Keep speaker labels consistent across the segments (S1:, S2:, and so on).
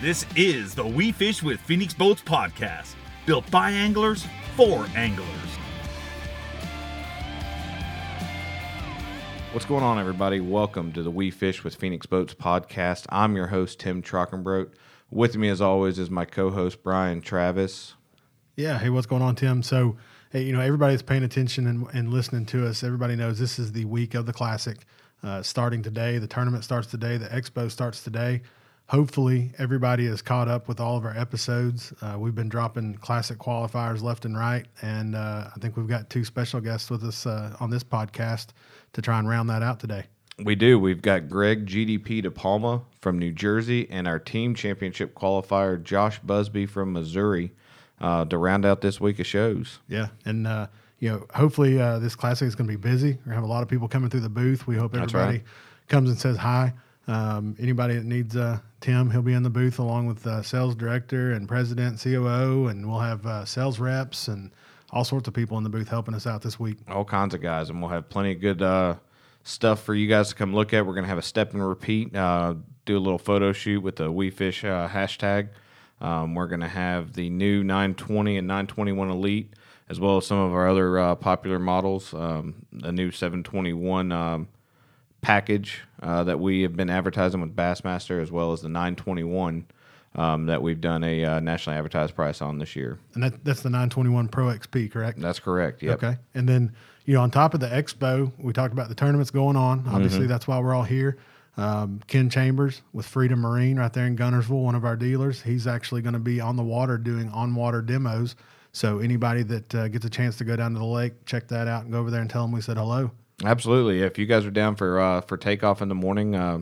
S1: This is the We Fish with Phoenix Boats podcast, built by anglers for anglers.
S2: What's going on, everybody? Welcome to the We Fish with Phoenix Boats podcast. I'm your host, Tim Trockenbrote. With me, as always, is my co host, Brian Travis.
S3: Yeah. Hey, what's going on, Tim? So, hey, you know, everybody that's paying attention and, and listening to us, everybody knows this is the week of the Classic. Uh, starting today, the tournament starts today, the expo starts today. Hopefully, everybody is caught up with all of our episodes. Uh, we've been dropping classic qualifiers left and right, and uh, I think we've got two special guests with us uh, on this podcast to try and round that out today.
S2: We do. We've got Greg GDP De Palma from New Jersey and our team championship qualifier, Josh Busby from Missouri, uh, to round out this week of shows.
S3: Yeah, and uh, you know, hopefully uh, this classic is going to be busy. We're gonna have a lot of people coming through the booth. We hope
S2: That's
S3: everybody
S2: right.
S3: comes and says hi. Um, anybody that needs uh, Tim, he'll be in the booth along with uh, sales director and president, COO, and we'll have uh, sales reps and all sorts of people in the booth helping us out this week.
S2: all kinds of guys, and we'll have plenty of good uh, stuff for you guys to come look at. We're gonna have a step and repeat, uh, do a little photo shoot with the We Fish uh, hashtag. Um, we're gonna have the new 920 and 921 Elite, as well as some of our other uh, popular models. Um, the new 721 um, package uh, that we have been advertising with Bassmaster, as well as the 921 um, that we've done a uh, nationally advertised price on this year.
S3: And that, that's the 921 Pro XP, correct?
S2: That's correct. Yep.
S3: Okay. And then, you know, on top of the expo, we talked about the tournaments going on. Obviously, that's why we're all here. Um, Ken Chambers with Freedom Marine right there in Gunnersville, one of our dealers. He's actually going to be on the water doing on water demos. So anybody that uh, gets a chance to go down to the lake, check that out and go over there and tell them we said hello.
S2: Absolutely. If you guys are down for uh, for takeoff in the morning, uh,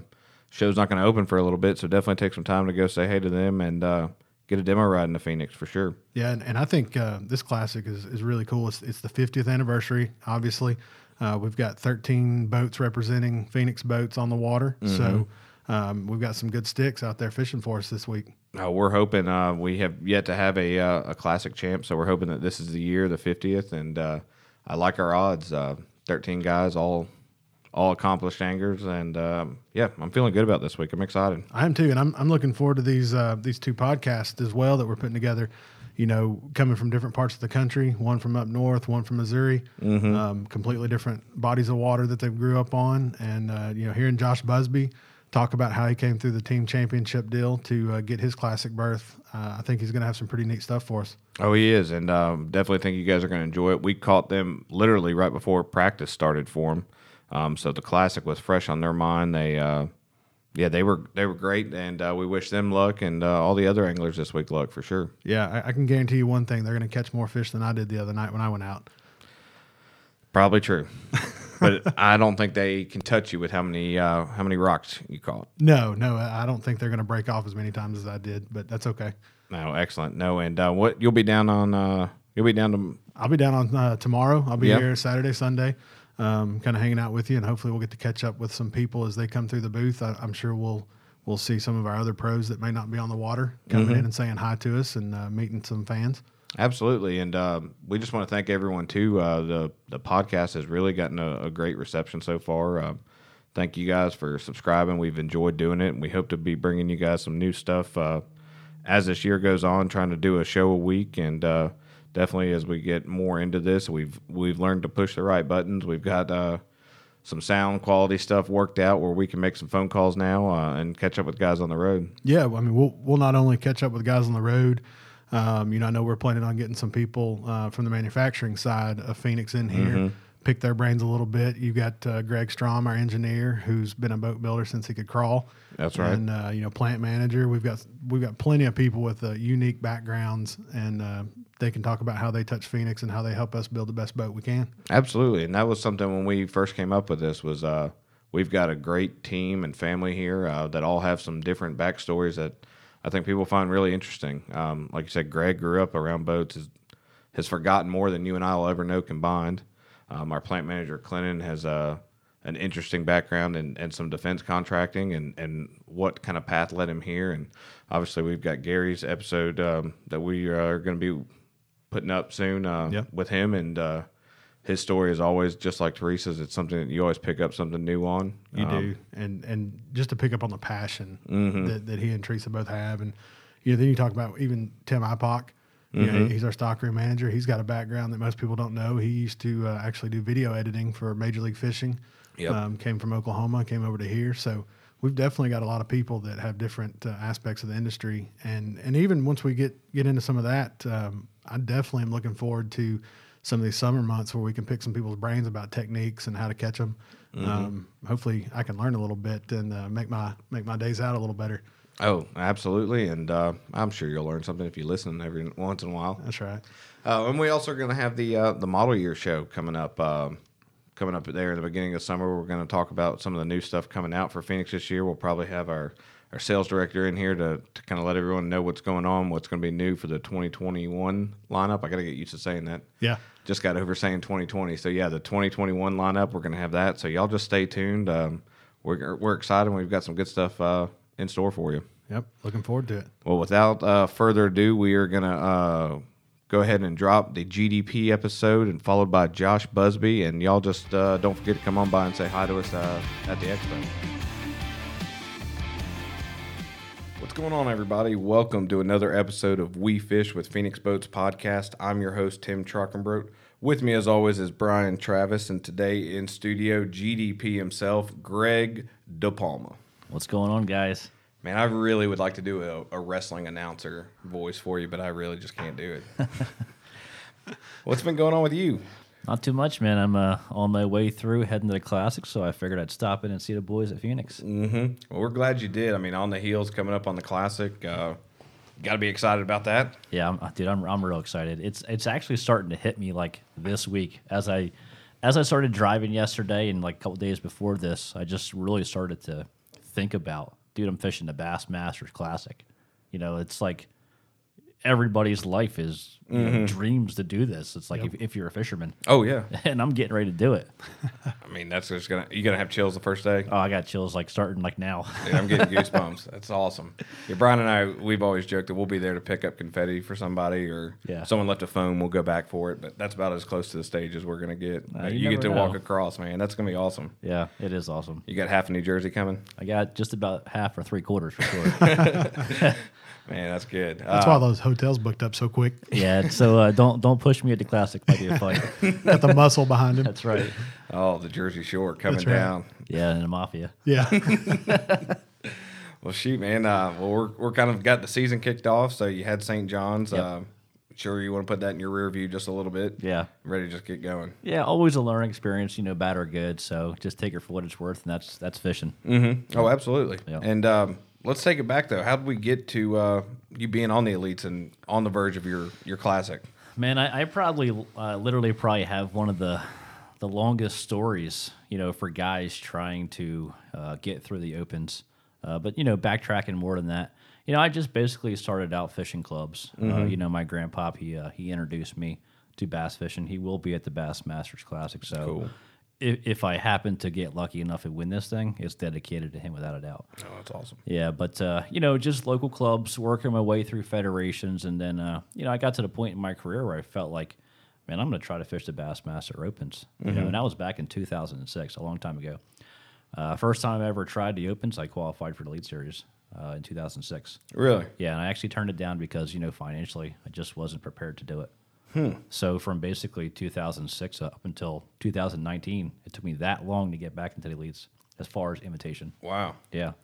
S2: show's not going to open for a little bit, so definitely take some time to go say hey to them and uh, get a demo ride in the Phoenix for sure.
S3: Yeah, and, and I think uh, this classic is, is really cool. It's, it's the 50th anniversary, obviously. Uh, we've got 13 boats representing Phoenix boats on the water. So um, we've got some good sticks out there fishing for us this week.
S2: Uh, we're hoping uh, we have yet to have a uh, a classic champ, so we're hoping that this is the year, the fiftieth, and uh, I like our odds. Uh, Thirteen guys, all all accomplished anglers, and um, yeah, I'm feeling good about this week. I'm excited.
S3: I am too, and I'm, I'm looking forward to these uh, these two podcasts as well that we're putting together. You know, coming from different parts of the country, one from up north, one from Missouri, um, completely different bodies of water that they grew up on, and uh, you know, hearing Josh Busby talk about how he came through the team championship deal to uh, get his classic berth, uh, I think he's going to have some pretty neat stuff for us.
S2: Oh, he is, and um, definitely think you guys are going to enjoy it. We caught them literally right before practice started for them, um, so the classic was fresh on their mind. They, uh, yeah, they were they were great, and uh, we wish them luck and uh, all the other anglers this week luck for sure.
S3: Yeah, I, I can guarantee you one thing: they're going to catch more fish than I did the other night when I went out.
S2: Probably true, but I don't think they can touch you with how many uh, how many rocks you caught.
S3: No, no, I I don't think they're going to break off as many times as I did, but that's okay.
S2: No, excellent. No, and uh, what you'll be down on uh, you'll be down to
S3: I'll be down on uh, tomorrow. I'll be
S2: Yeah.
S3: here Saturday, Sunday, um, kind of hanging out with you, and hopefully we'll get to catch up with some people as they come through the booth. I, I'm sure we'll we'll see some of our other pros that may not be on the water coming in and saying hi to us and uh, meeting some fans.
S2: Absolutely, and um, we just want to thank everyone too. Uh, the the podcast has really gotten a, a great reception so far. Um, thank you guys for subscribing. We've enjoyed doing it, and we hope to be bringing you guys some new stuff uh, as this year goes on. Trying to do a show a week, and uh, definitely as we get more into this, we've we've learned to push the right buttons. We've got uh, some sound quality stuff worked out where we can make some phone calls now uh, and catch up with guys on the road.
S3: Yeah, well, I mean, we'll we'll not only catch up with guys on the road. Um, you know, I know we're planning on getting some people uh, from the manufacturing side of Phoenix in here,
S2: Mm-hmm.
S3: pick their brains a little bit. You got uh, Greg Strom, our engineer, who's been a boat builder since he could crawl.
S2: That's right.
S3: And uh, you know, plant manager. We've got we've got plenty of people with uh, unique backgrounds, and uh, they can talk about how they touch Phoenix and how they help us build the best boat we can.
S2: Absolutely, and that was something when we first came up with this was uh, we've got a great team and family here uh, that all have some different backstories that I think people find really interesting. Um, like you said, Greg grew up around boats, has, has forgotten more than you and I will ever know combined. Um, our plant manager Clinton has uh, an interesting background and, and some defense contracting and, and what kind of path led him here. And obviously, we've got Gary's episode um, that we are going to be putting up soon uh,
S3: Yeah.
S2: with him and. Uh, his story is always just like Teresa's. It's something that you always pick up something new on.
S3: You
S2: Um,
S3: do, and and just to pick up on the passion that, that he and Teresa both have, and you know, then you talk about even Tim Ipock. You know, he's our stockroom manager. He's got a background that most people don't know. He used to uh, actually do video editing for Major League Fishing.
S2: Yep.
S3: Um, came from Oklahoma, came over to here. So we've definitely got a lot of people that have different uh, aspects of the industry, and and even once we get get into some of that, um, I definitely am looking forward to some of these summer months where we can pick some people's brains about techniques and how to catch them. Um, hopefully, I can learn a little bit and uh, make my make my days out a little better.
S2: Oh, absolutely. And uh, I'm sure you'll learn something if you listen every once in a while.
S3: That's right.
S2: Uh, and we also are going to have the uh, the model year show coming up um, coming up there in the beginning of summer. We're going to talk about some of the new stuff coming out for Phoenix this year. We'll probably have our our sales director in here to, to kind of let everyone know what's going on, what's going to be new for the 2021 lineup. I got to get used to saying that.
S3: Yeah.
S2: Just got over saying 2020. So, yeah, the 2021 lineup, we're going to have that. So, y'all just stay tuned. Um, we're, we're excited. We've got some good stuff uh, in store for you.
S3: Yep. Looking forward to it.
S2: Well, without uh, further ado, we are going to uh, go ahead and drop the GDP episode and followed by Josh Busby. And y'all just uh, don't forget to come on by and say hi to us uh, at the expo. What's going on, everybody? Welcome to another episode of We Fish with Phoenix Boats podcast. I'm your host, Tim Trockenbrote. With me, as always, is Brian Travis, and today in studio, GDP himself, Greg DePalma.
S4: What's going on, guys?
S2: Man, I really would like to do a, a wrestling announcer voice for you, but I really just can't do it. What's been going on with you?
S4: Not too much, man. I'm uh, on my way through heading to the classics, so I figured I'd stop in and see the boys at Phoenix.
S2: Well, we're glad you did. I mean, on the heels, coming up on the classic. Uh, Got to be excited about that.
S4: Yeah, I'm, uh, dude, I'm I'm real excited. It's it's actually starting to hit me like this week as I as I started driving yesterday and like a couple days before this, I just really started to think about, dude, I'm fishing the Bass Masters Classic. You know, it's like everybody's life is you know, dreams to do this. It's like if, if you're a fisherman,
S2: Oh yeah,
S4: and I'm getting ready to do it.
S2: I mean that's just gonna you're gonna have chills the first day.
S4: Oh, I got chills like starting like now.
S2: Dude, I'm getting goosebumps. That's awesome. Yeah, Brian and I we've always joked that we'll be there to pick up confetti for somebody or
S4: Yeah.
S2: someone left a phone, we'll go back for it. But that's about as close to the stage as we're gonna get. But
S4: Uh, you
S2: you get
S4: never
S2: to walk
S4: know.
S2: across, man. That's gonna be awesome.
S4: yeah, it is awesome.
S2: You got half of New Jersey coming.
S4: I got just about half or three quarters for sure.
S2: Man, that's good. Uh,
S3: That's why those hotels booked up so quick.
S4: yeah, so uh, don't don't push me at the classic. Might be a fight.
S3: Got the muscle behind him.
S4: That's right.
S2: Oh, the Jersey Shore coming
S3: That's right.
S2: down.
S4: Yeah, and the mafia.
S3: Yeah.
S2: Well, shoot, man. Uh, well, we're, we're kind of got the season kicked off. So you had St. John's. Um, sure, you want to put that in your rear view just a little bit.
S4: Yeah.
S2: Ready to just get going.
S4: Yeah, always a learning experience, you know, bad or good. So just take it for what it's worth, and that's that's fishing.
S2: Oh, absolutely.
S4: Yeah.
S2: And um, let's take it back, though. How did we get to uh, you being on the elites and on the verge of your, your classic?
S4: Man, I, I probably uh, literally probably have one of the the longest stories, you know, for guys trying to uh, get through the opens. Uh, but you know, backtracking more than that, you know, I just basically started out fishing clubs. Uh, you know, my grandpop he uh, he introduced me to bass fishing. He will be at the Bass Masters Classic. So, if, if I happen to get lucky enough and win this thing, it's dedicated to him without a doubt.
S2: Oh, that's awesome.
S4: Yeah, but uh, you know, just local clubs, working my way through federations, and then uh, you know, I got to the point in my career where I felt like, man, I'm going to try to fish the Bassmaster Opens. You know, and that was back in 2006, a long time ago. Uh, first time I ever tried the Opens, I qualified for the Lead Series uh, in 2006.
S2: Really?
S4: Yeah, and I actually turned it down because you know financially I just wasn't prepared to do it. So from basically 2006 up until 2019, it took me that long to get back into the elites as far as invitation.
S2: Wow.
S4: Yeah.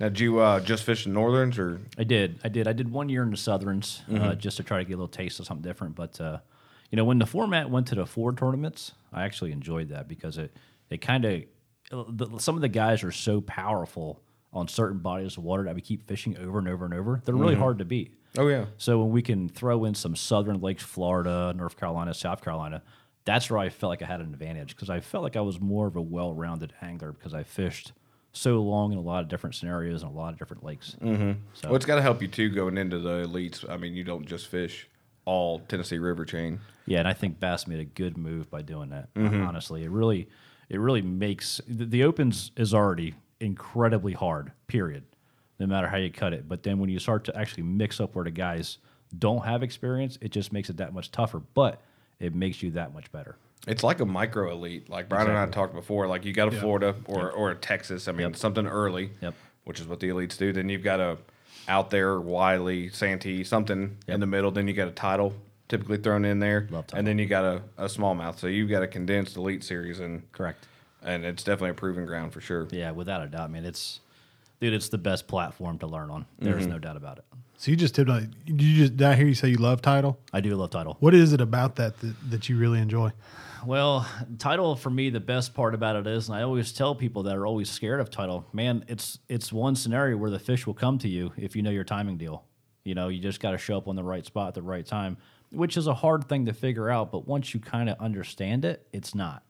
S2: Now, did you uh, just fish the Northerns or?
S4: I did. I did. I did one year in the Southerns uh,
S2: Mm-hmm.
S4: just to try to get a little taste of something different. But uh, you know, when the format went to the four tournaments, I actually enjoyed that because it it kind of some of the guys are so powerful on certain bodies of water that we keep fishing over and over and over. They're really hard to beat.
S2: Oh, yeah.
S4: So when we can throw in some southern lakes, Florida, North Carolina, South Carolina, that's where I felt like I had an advantage because I felt like I was more of a well-rounded angler because I fished so long in a lot of different scenarios and a lot of different lakes. Mm-hmm.
S3: Oh.
S4: So
S2: Well, it's got to help you, too, going into the elites. I mean, you don't just fish all Tennessee River chain.
S4: yeah, and I think Bass made a good move by doing that. Honestly, it really, it really makes the, the opens is already incredibly hard. Period. No matter how you cut it, but then when you start to actually mix up where the guys don't have experience, it just makes it that much tougher. But it makes you that much better.
S2: It's like a micro elite. Like Brian and I talked before, like you got a Florida or, or a Texas. I mean, something early,
S4: Yep.
S2: which is what the elites do. Then you've got a out there Wiley, Santee, something in the middle. Then you got a title typically thrown in there,
S4: Love title.
S2: and then you got a, a smallmouth. So you've got a condensed elite series, and
S4: Correct.
S2: and it's definitely a proving ground for sure.
S4: Yeah, without a doubt, man. It's dude, it's the best platform to learn on. There's no doubt about it.
S3: So you just tipped on. Did you just? Did I hear you say you love title?
S4: I do love title.
S3: What is it about that that, that you really enjoy?
S4: Well, title for me, the best part about it is, and I always tell people that are always scared of title, man, it's it's one scenario where the fish will come to you if you know your timing deal. You know, you just got to show up on the right spot at the right time, which is a hard thing to figure out. But once you kind of understand it, it's not.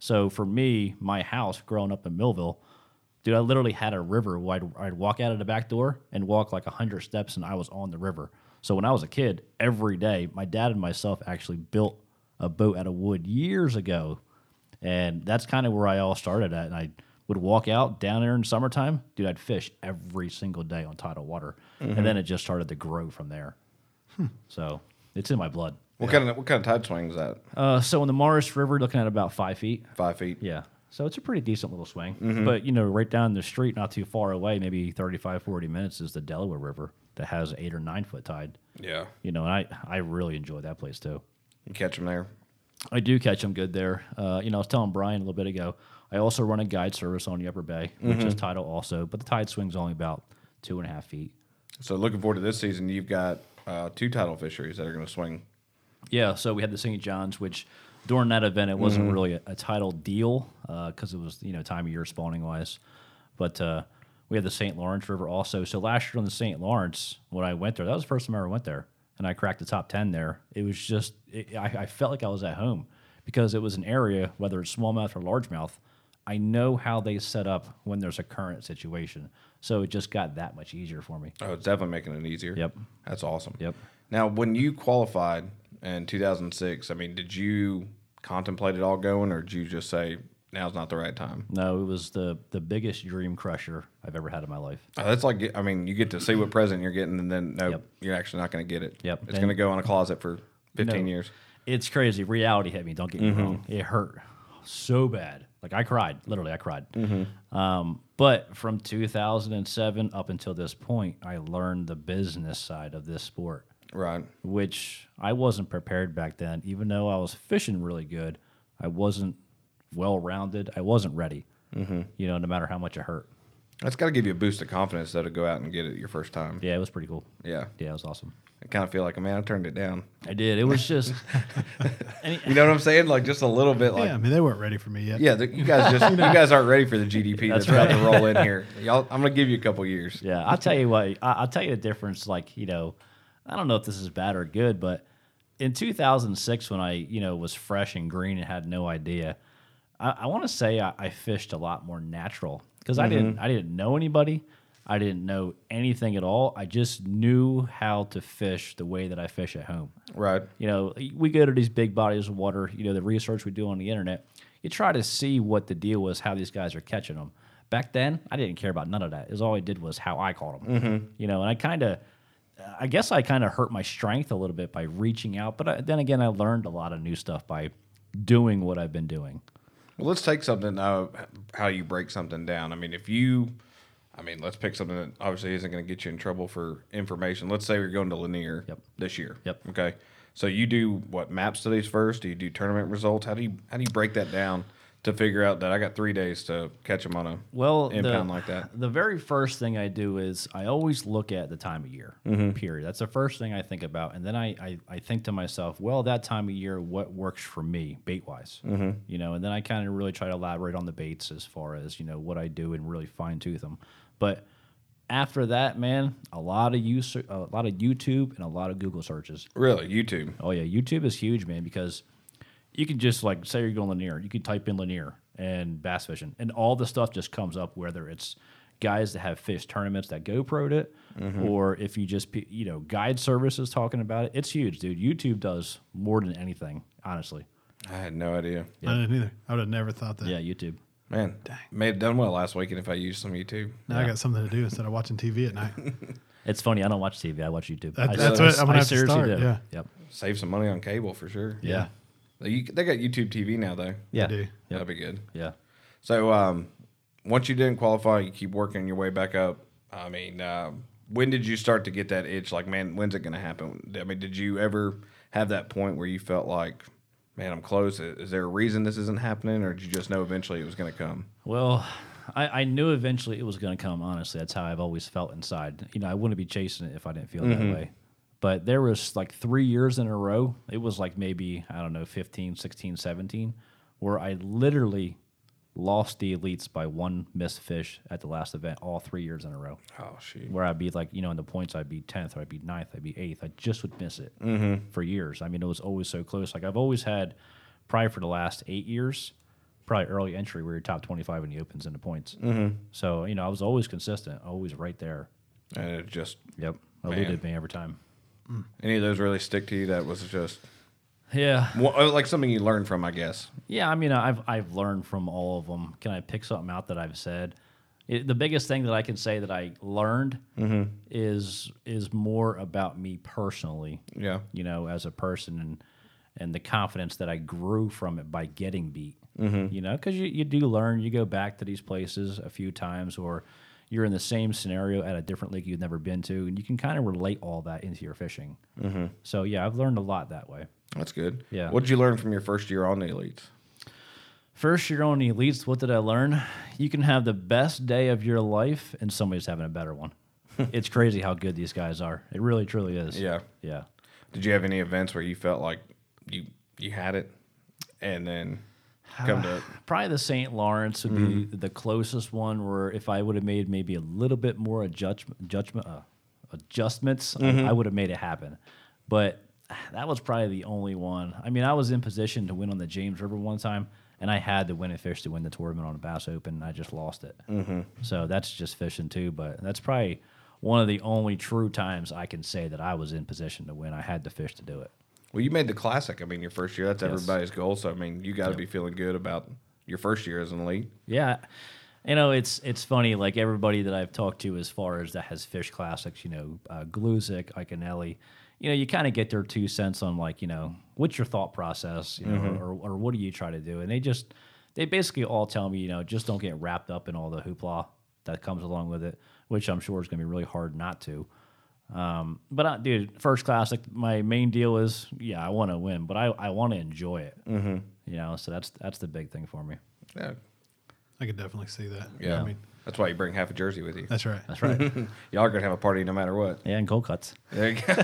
S4: So for me, my house growing up in Millville, dude, I literally had a river. Where I'd, I'd walk out of the back door and walk like 100 steps, and I was on the river. So when I was a kid, every day, my dad and myself actually built a boat out of wood years ago. And that's kind of where I all started at. And I would walk out down there in summertime. Dude, I'd fish every single day on tidal water. And then it just started to grow from there. So it's in my blood.
S2: What kind of what kind of tide swing is that?
S4: Uh, so in the Morris River, looking at about five feet.
S2: Five feet.
S4: Yeah. So it's a pretty decent little swing. But, you know, right down the street, not too far away, maybe 35, 40 minutes, is the Delaware River that has eight or nine foot tide.
S2: Yeah.
S4: You know, and I, I really enjoy that place too.
S2: You catch them there.
S4: I do catch them good there. Uh, you know, I was telling Brian a little bit ago, I also run a guide service on the Upper Bay, which is tidal also, but the tide swing's only about two and a half feet.
S2: So looking forward to this season. You've got uh, two title fisheries that are going to swing.
S4: Yeah, so we had the St. John's, which during that event it wasn't really a, a title deal because it was you know time of year spawning wise, but uh, we had the St. Lawrence River also. So last year on the St. Lawrence, when I went there, that was the first time I ever went there, and I cracked the top ten there. It was just it, I, I felt like I was at home because it was an area whether it's smallmouth or largemouth. I know how they set up when there's a current situation, so it just got that much easier for me.
S2: Oh, it's definitely making it easier.
S4: Yep.
S2: That's awesome.
S4: Yep.
S2: Now, when you qualified in 2006, I mean, did you contemplate it all going, or did you just say now's not the right time?
S4: No, it was the the biggest dream crusher I've ever had in my life.
S2: Uh, that's like, I mean, you get to see what present you're getting, and then no,
S4: Yep.
S2: you're actually not going to get it.
S4: Yep.
S2: It's
S4: And-
S2: going to go in a closet for 15
S4: No.
S2: years.
S4: It's crazy. Reality hit me. Don't get me wrong. It hurt so bad. Like I cried. Literally, I cried. Um, but from 2007 up until this point, I learned the business side of this sport,
S2: Right.
S4: which I wasn't prepared back then. Even though I was fishing really good, I wasn't well rounded. I wasn't ready. You know, no matter how much it hurt.
S2: That's got to give you a boost of confidence, though, to go out and get it your first time.
S4: Yeah, it was pretty cool.
S2: Yeah.
S4: Yeah, it was awesome.
S2: I kind of feel like, man, I turned it down.
S4: I did. It was just. any,
S2: You know what I'm saying? Like, just a little bit like,
S3: yeah, I mean they weren't ready for me yet.
S2: Yeah, the, you guys just you guys aren't ready for the GDP that's, about to roll in here. Y'all, I'm gonna give you a couple years.
S4: Yeah, I'll tell you what. I, I'll tell you the difference. Like, you know, I don't know if this is bad or good, but in 2006, when I, you know, was fresh and green and had no idea, I, I want to say I, I fished a lot more natural because I didn't, I didn't know anybody, I didn't know anything at all. I just knew how to fish the way that I fish at home.
S2: Right.
S4: You know, we go to these big bodies of water, you know, the research we do on the internet, you try to see what the deal was, how these guys are catching them. Back then, I didn't care about none of that. Is all I did was how I caught them. You know, and I kind of, I guess I kind of hurt my strength a little bit by reaching out. But I, then again, I learned a lot of new stuff by doing what I've been doing.
S2: Well, let's take something. Uh, how you break something down? I mean, if you, I mean, let's pick something that obviously isn't gonna get you in trouble for information. Let's say you're going to Lanier
S4: Yep.
S2: this year.
S4: Yep.
S2: Okay. So you do what map studies first? Do you do tournament results? How do you how do you break that down to figure out that I got three days to catch them on a
S4: Well, the-
S2: impound like that?
S4: The very first thing I do is I always look at the time of year.
S2: Mm-hmm.
S4: Period. That's the first thing I think about, and then I, I, I think to myself, well, that time of year, what works for me bait wise,
S2: Mm-hmm.
S4: you know, and then I kind of really try to elaborate on the baits as far as you know what I do and really fine tooth them. But after that, man, a lot of use, a lot of YouTube and a lot of Google searches.
S2: Really, YouTube.
S4: Oh yeah, YouTube is huge, man, because you can just like say you're going linear, you can type in linear and bass fishing, and all the stuff just comes up. Whether it's guys that have fish tournaments that GoPro'd it,
S3: Mm-hmm.
S4: or if you just pe- you know guide services talking about it, it's huge, dude. YouTube does more than anything, honestly.
S2: I had no idea.
S3: I didn't either. I would have never thought that.
S4: Yeah, YouTube.
S2: Man, may have done well last weekend if I used some YouTube.
S3: Now I got something to do instead of watching TV at night.
S4: It's funny. I don't watch TV. I watch YouTube.
S3: That-
S4: I,
S3: that's
S4: ser-
S3: what I'm gonna
S4: I
S3: have to
S4: seriously
S3: start,
S4: do.
S3: yeah.
S4: Yep.
S2: Save some money on cable for sure.
S4: Yeah.
S2: They they got YouTube TV now though.
S4: Yeah.
S3: do.
S4: Yep.
S2: That'd be good.
S4: Yeah.
S2: So um, once you didn't qualify, you keep working your way back up. I mean, uh, when did you start to get that itch? Like, man, when's it going to happen? I mean, did you ever have that point where you felt like, man, I'm close? Is there a reason this isn't happening, or did you just know eventually it was going to come?
S4: Well, I, I knew eventually it was going to come. Honestly, that's how I've always felt inside. You know, I wouldn't be chasing it if I didn't feel that way. But there was like three years in a row. It was like maybe, I don't know, 15, 16, 17, where I literally lost the elites by one missed fish at the last event all three years in a row.
S2: Oh, shoot.
S4: Where I'd be like, you know, in the points, I'd be 10th or I'd be 9th, I'd be 8th. I just would miss it
S2: Mm-hmm.
S4: for years. I mean, it was always so close. Like, I've always had, probably for the last eight years, probably early entry where you're top 25 in the opens and the points.
S2: Mm-hmm.
S4: So, you know, I was always consistent, always right there.
S2: And it just,
S4: Yep.
S2: Man.
S4: Eluded me every time.
S2: any of those really stick to you? That was just
S4: Yeah.
S2: well, oh, like something you learned from, I guess.
S4: Yeah, I mean, I've I've learned from all of them. Can I pick something out that I've said? It, the biggest thing that I can say that I learned
S2: Mm-hmm.
S4: is is more about me personally.
S2: Yeah.
S4: you know, as a person and and the confidence that I grew from it by getting beat. You know, because you, you do learn. You go back to these places a few times, or you're in the same scenario at a different league you've never been to, and you can kind of relate all that into your fishing. So yeah, I've learned a lot that way.
S2: That's good.
S4: Yeah.
S2: What did you learn from your first year on the elites?
S4: First, you're on the elites. What did I learn? You can have the best day of your life, and somebody's having a better one. it's crazy how good these guys are. It really, truly is.
S2: Yeah.
S4: Yeah.
S2: Did you have any events where you felt like you you had it, and then come to
S4: Probably the St. Lawrence would be the closest one where if I would have made maybe a little bit more adjustment, judgment, uh, adjustments, I- I, would have made it happen. But that was probably the only one. I mean, I was in position to win on the James River one time, and I had the win and fish to win the tournament on the Bass Open, and I just lost it. So that's just fishing too. But that's probably one of the only true times I can say that I was in position to win. I had the fish to do it.
S2: Well, you made the classic. I mean, your first year, that's everybody's goal. So, I mean, you got to be feeling good about your first year as an elite.
S4: Yeah. You know, it's it's funny. Like everybody that I've talked to, as far as that has fish classics, you know, uh, Gluzik, Iconelli, you know, you kind of get their two cents on like, you know, what's your thought process, you know, or, or what do you try to do? And they just they basically all tell me, you know, just don't get wrapped up in all the hoopla that comes along with it, which I'm sure is going to be really hard not to. Um, but I, dude, first classic, my main deal is, yeah, I want to win, but I, I want to enjoy it. Mm-hmm. You know, so that's that's the big thing for me.
S2: Yeah.
S3: I could definitely see that.
S2: Yeah.
S3: I mean,
S2: that's why you bring half a jersey with you.
S3: that's right.
S4: That's right.
S2: Y'all are going to have a party no matter what.
S4: Yeah, and cold cuts.
S2: There you go.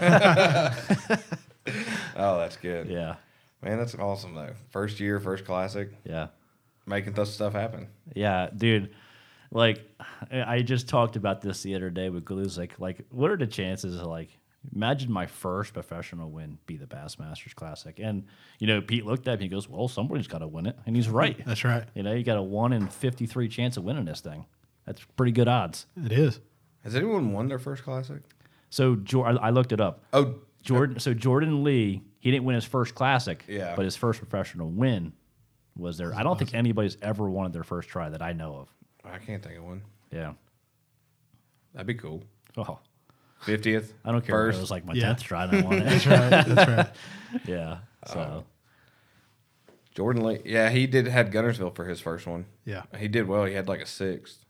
S2: oh, that's good.
S4: Yeah,
S2: Man, that's awesome, though. First year, first classic,
S4: yeah,
S2: making this stuff happen.
S4: yeah, dude. Like, I I just talked about this the other day with Gluzik. Like, like, what are the chances? Of, like, imagine my first professional win be the Bassmasters Classic, and you know, Pete looked at me. He goes, "Well, somebody's got to win it," and he's right.
S3: That's right.
S4: You know, you got a one in fifty-three chance of winning this thing. That's pretty good odds.
S3: It is.
S2: Has anyone won their first classic?
S4: So, Jor- I I looked it up.
S2: Oh,
S4: Jordan. So Jordan Lee, he didn't win his first classic.
S2: Yeah.
S4: But his first professional win was there. I don't think anybody's ever wanted their first try that I know of.
S2: I can't think of one.
S4: Yeah.
S2: That'd be cool.
S4: Oh,
S2: 50th.
S4: I don't care. If
S2: First.
S4: it was like my
S3: Yeah.
S4: tenth try, and I won it.
S3: That's right. That's right.
S4: yeah. So
S2: Um, Jordan Lee. Yeah, he did had Gunnersville for his first one.
S3: Yeah.
S2: He did well. He had like a sixth.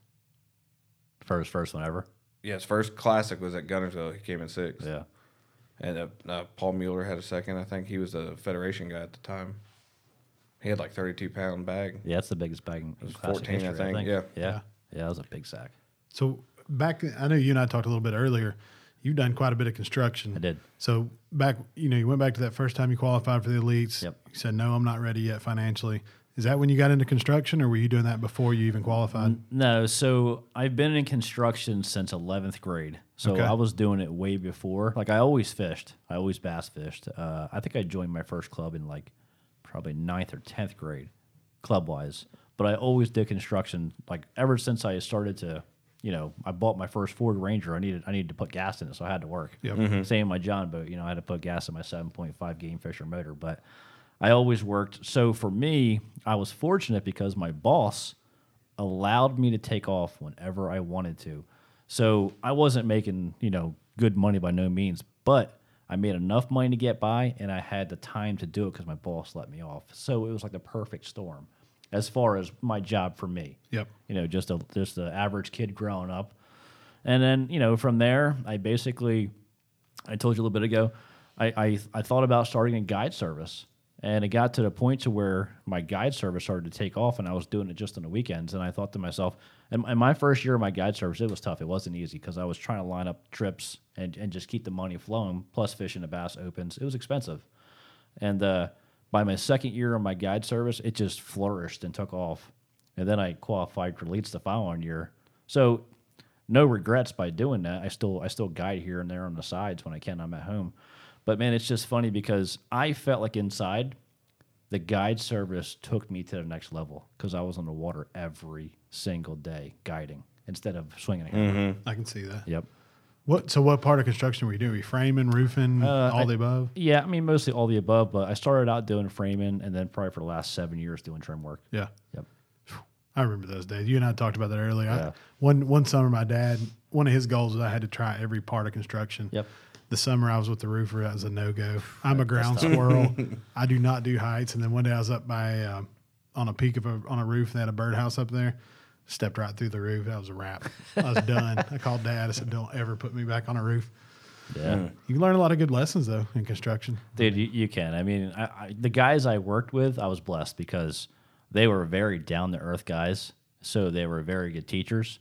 S4: first, first one ever.
S2: Yeah, his first classic was at Gunnersville. He came in sixth.
S4: Yeah.
S2: And uh, uh, Paul Mueller had a second. I think he was the Federation guy at the time. He had like 32 pound bag.
S4: Yeah, that's the biggest bag in in classic
S2: 14, I
S4: history. I
S2: think.
S4: think.
S2: Yeah.
S4: Yeah. Yeah. That was a big sack.
S3: So back, I know you and I talked a little bit earlier. You've done quite a bit of construction. I
S4: did.
S3: So back, you know, you went back to that first time you qualified for the elites.
S4: Yep.
S3: You said no, I'm not ready yet financially. Is that when you got into construction, or were you doing that before you even qualified?
S4: Mm. No, so I've been in construction since 11th grade. So
S3: Okay.
S4: I was doing it way before. Like I always fished. I always bass fished. Uh, I think I joined my first club in like probably ninth or 10th grade, club wise. But I always did construction. Like ever since I started to, you know, I bought my first Ford Ranger. I needed I needed to put gas in it, so I had to work.
S3: Yep.
S4: Same in my John boat. You know, I had to put gas in my 7.5 Game Fisher motor. But I always worked. So for me, I was fortunate because my boss allowed me to take off whenever I wanted to. So I wasn't making, you know, good money by no means, but I made enough money to get by, and I had the time to do it because my boss let me off. So it was like the perfect storm as far as my job for me.
S3: Yep.
S4: You know, just a just the average kid growing up, and then you know from there, I basically, I told you a little bit ago, I I, I thought about starting a guide service, and it got to the point to where my guide service started to take off, and I was doing it just on the weekends, and I thought to myself, and, and my first year of my guide service, it was tough. It wasn't easy because I was trying to line up trips and and just keep the money flowing, plus fishing the bass opens. It was expensive. And uh, by my second year on my guide service, it just flourished and took off. And then I qualified for leads the following year. So no regrets by doing that. I still I still guide here and there on the sides when I can. I'm at home. But man, it's just funny because I felt like inside the guide service took me to the next level because I was on the water every single day guiding instead of swinging a hammer.
S3: I can see that.
S4: Yep.
S3: What? So, what part of construction were you doing? Were you framing, roofing,
S4: Uh,
S3: all the above?
S4: Yeah, I mean mostly all the above, but I started out doing framing and then probably for the last seven years doing trim work.
S3: Yeah.
S4: Yep.
S3: I remember those days. You and I talked about that earlier. I-
S4: Yeah.
S3: one one summer, my dad, one of his goals was I had to try every part of construction.
S4: Yep.
S3: The summer I was with the roofer, that was a no go. I'm a ground squirrel. I do not do heights. And then one day I was up by um, on a peak of a, on a roof and they had a birdhouse up there. Stepped right through the roof. That was a wrap. I was done. I called dad. I said, "Don't ever put me back on a roof."
S4: Yeah.
S3: You can learn a lot of good lessons though in construction.
S4: Dude, you, you can. I mean, I, I, the guys I worked with, I was blessed because they were very down to earth guys. So they were very good teachers.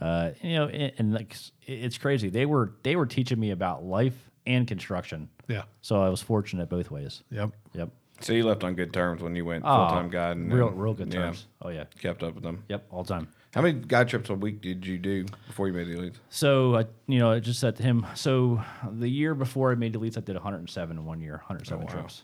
S4: Uh, you know, and, and like s- it- it's crazy. They were they were teaching me about life and construction.
S3: Yeah.
S4: So I was fortunate both ways.
S3: Yep.
S4: Yep.
S2: So you left on good terms when you went full time guide and
S4: Oh, real
S2: then-
S4: real good
S2: yeah,
S4: terms. Oh yeah.
S2: kept up with them.
S4: Yep. All time.
S2: How many guide trips a week did you do before you made the leads?
S4: So I, you know, I just said to him. So the year before I made deletes, I did 107 in one year, 107
S2: Oh, wow.
S4: trips.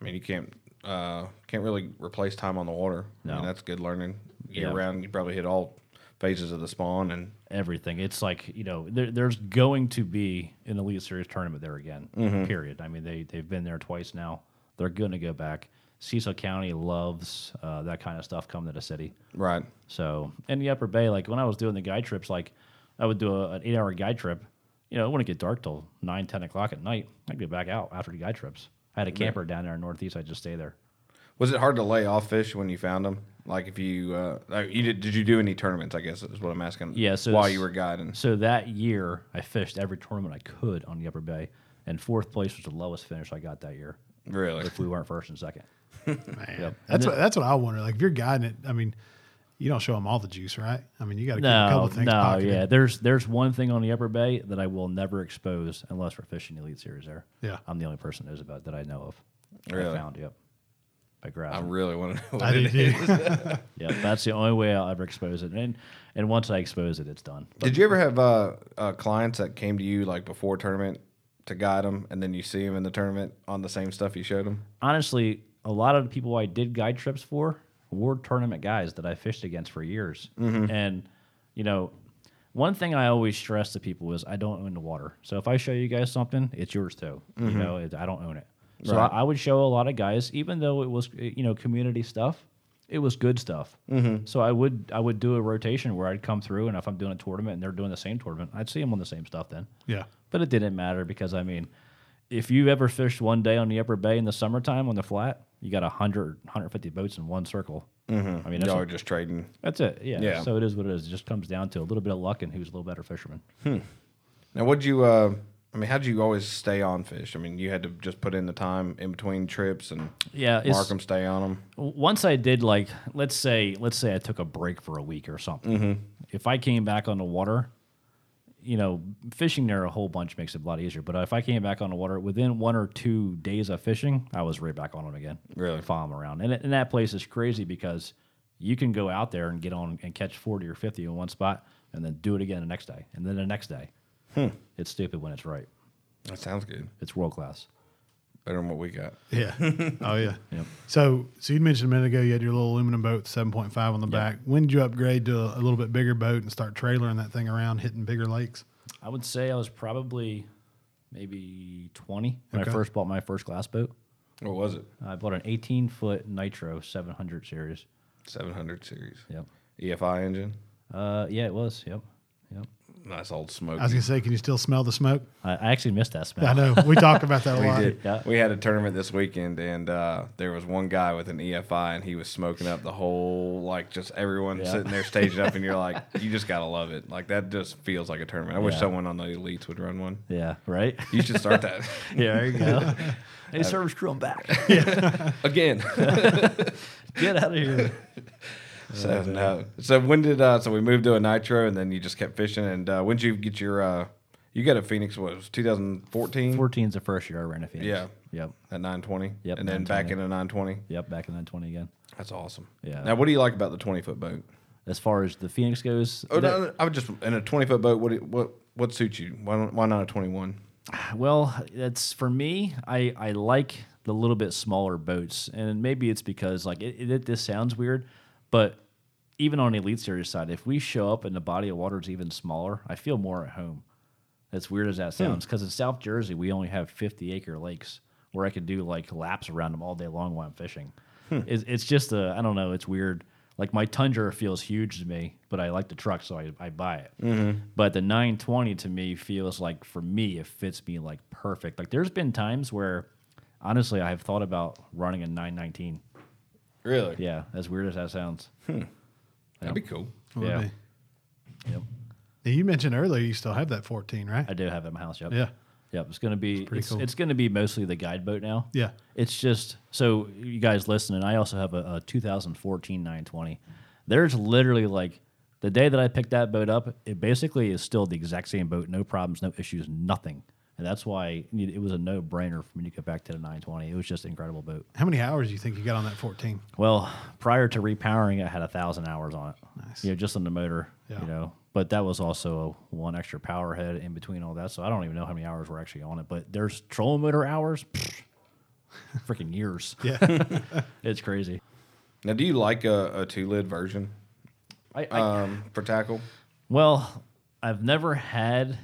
S2: I mean, you can't uh, can't really replace time on the water. I mean,
S4: No.
S2: that's good learning year
S4: Yeah.
S2: round. You probably hit all phases of the spawn and
S4: everything. It's like you know, there, there's going to be an Elite Series tournament there again. Period. I mean, they they've been there twice now. They're going to go back. Cecil County loves uh, that kind of stuff. Come to the city.
S2: right.
S4: So in the Upper Bay, like when I was doing the guide trips, like I would do a, an eight-hour guide trip. You know, it wouldn't get dark till nine, ten o'clock at night. I'd get back out after the guide trips. I had a camper down there in Northeast. I'd just stay there.
S2: Was it hard to lay off fish when you found them? Like if you uh, like, you did, did you do any tournaments? I guess is what I'm asking.
S4: Yeah, so
S2: while
S4: it's-
S2: you were guiding,
S4: So that year, I fished every tournament I could on the Upper Bay, and fourth place was the lowest finish I got that year.
S2: really?
S4: if we weren't first and second.
S3: Man, that's what that's what I wonder. Like if you're guiding it, I mean, you don't show them all the juice, right? I mean, you got to keep a couple
S4: No,
S3: things.
S4: no,
S3: pocketed.
S4: yeah. There's there's one thing on the upper bay that I will never expose unless we're fishing the elite series there.
S3: Yeah.
S4: I'm the only person that knows about that I know of. that I
S2: Really?
S4: found yep. By
S2: I
S4: grass.
S2: really want to know what
S3: I
S2: it
S3: do
S2: is.
S3: too.
S4: Yep. That's the only way I'll ever expose it. And and once I expose it, it's done.
S2: Did you ever have uh, uh, clients that came to you like before tournament to guide them, and then you see them in the tournament on the same stuff you showed them?
S4: honestly, a lot of the people I did guide trips for were tournament guys that I fished against for years. And, you know, one thing I always stress to people is I don't own the water. So if I show you guys something, it's yours too. You know, it, I don't own it. Mm-hmm. So I, I would show a lot of guys, even though it was, eh, you know, community stuff, it was good stuff. So I would I would do a rotation where I'd come through, and if I'm doing a tournament and they're doing the same tournament, I'd see them on the same stuff then.
S3: yeah.
S4: But it didn't matter because I mean, if you ever fished one day on the upper bay in the summertime on the flat, you got 100, 150 boats in one circle. Mm-hmm. I mean, that's,
S2: Y'all are just trading.
S4: that's it. Yeah.
S2: Yeah.
S4: So it is what it is. It just comes down to a little bit of luck and who's a little better fisherman.
S2: Now, what'd you? Uh, I mean, how'd you always stay on fish? I mean, you had to just put in the time in between trips and
S4: Yeah,
S2: mark
S4: it's-
S2: 'em, stay on them.
S4: W- Once I did like, let's say, let's say I took a break for a week or something. If I came back on the water, you know, fishing there a whole bunch makes it a lot easier. But if I came back on the water within one or two days of fishing, I was right back on them again.
S2: Really?
S4: Follow them around. And, it- and that place is crazy because you can go out there and get on and catch 40 or 50 in one spot and then do it again the next day and then the next day. It's stupid when it's right.
S2: That sounds good.
S4: It's world class.
S2: Better than what we got.
S3: Yeah. Oh yeah. So so you mentioned a minute ago you had your little aluminum boat, seven point five on the back. When did you upgrade to a, a little bit bigger boat and start trailering that thing around, hitting bigger lakes?
S4: I would say I was probably maybe 20 when
S3: Okay.
S4: I first bought my first glass boat.
S2: What was it?
S4: I bought an 18 foot Nitro 700 series.
S2: Seven hundred series.
S4: Yep.
S2: EFI E engine.
S4: Uh, yeah, it was. Yep. Yep.
S2: Nice old smoke.
S3: I was gonna say, can you still smell the smoke?
S4: I, I actually missed that smell.
S3: I know we talk about that a lot.
S2: We did.
S4: Yeah.
S2: We had a tournament this weekend, and uh, there was one guy with an EFI, and he was smoking up the whole like just everyone
S4: Yeah.
S2: sitting there staged up, and you're like, you just gotta love it. Like that just feels like a tournament. I wish
S4: Yeah.
S2: someone on the elites would run one.
S4: Yeah, right?
S2: You should start that
S4: Yeah, there you go. hey, service crew, I'm back.
S2: again.
S4: Get out of here.
S2: so no. So when did uh, so we moved to a nitro, and then you just kept fishing, and uh, when did you get your uh, you got a Phoenix? What it was 2014
S4: 14's the first year I ran a Phoenix.
S2: Yeah.
S4: Yep.
S2: at 920?
S4: Yep,
S2: and then back into 920.
S4: Yep. Back in 920 again.
S2: That's awesome.
S4: Yeah.
S2: Now, what do you like about the 20 foot boat?
S4: As far as the Phoenix goes,
S2: Oh,
S4: that-
S2: no, no, I would just in a twenty foot boat. What do- what what suits you? Why don't, why not a twenty one?
S4: Well, it's for me. I I like the little bit smaller boats, and maybe it's because like it, it, this sounds weird, but even on elite series side, if we show up and the body of water is even smaller, I feel more at home. As weird as that sounds, because in South Jersey we only have fifty acre lakes where I can do like laps around them all day long while I'm fishing. It's, it's just a I don't know. It's weird. Like my Tundra feels huge to me, but I like the truck, so I, I buy it.
S3: Mm-hmm.
S4: But the 920 to me feels like for me it fits me like perfect. Like there's been times where honestly I have thought about running a 919.
S2: Really?
S4: Yeah, as weird as that sounds.
S2: that'd be cool.
S3: Would
S4: yeah.
S3: be.
S4: Yep.
S3: Now, you mentioned earlier you still have that 14, right?
S4: I do have it in my house. Yep.
S3: Yeah.
S4: Yep. It's gonna be
S3: pretty
S4: it's,
S3: cool.
S4: it's gonna be mostly the guide boat now.
S3: Yeah.
S4: It's just so you guys listen, and I also have a, a 2014 920. There's literally like the day that I picked that boat up, it basically is still the exact same boat, no problems, no issues, nothing. And that's why it was a no brainer for me to go back to the 920. It was just an incredible boat.
S3: How many hours do you think you got on that 14?
S4: Well, prior to repowering, I had a thousand hours on it. Nice. You know, just on the motor.
S3: Yeah.
S4: You know, but that was also one extra power head in between all that. So I don't even know how many hours were actually on it. But there's trolling motor hours, pfft, freaking years.
S3: Yeah.
S4: It's crazy.
S2: Now, do you like a, a two lid version
S4: I, I
S2: um, for tackle?
S4: well, I've never had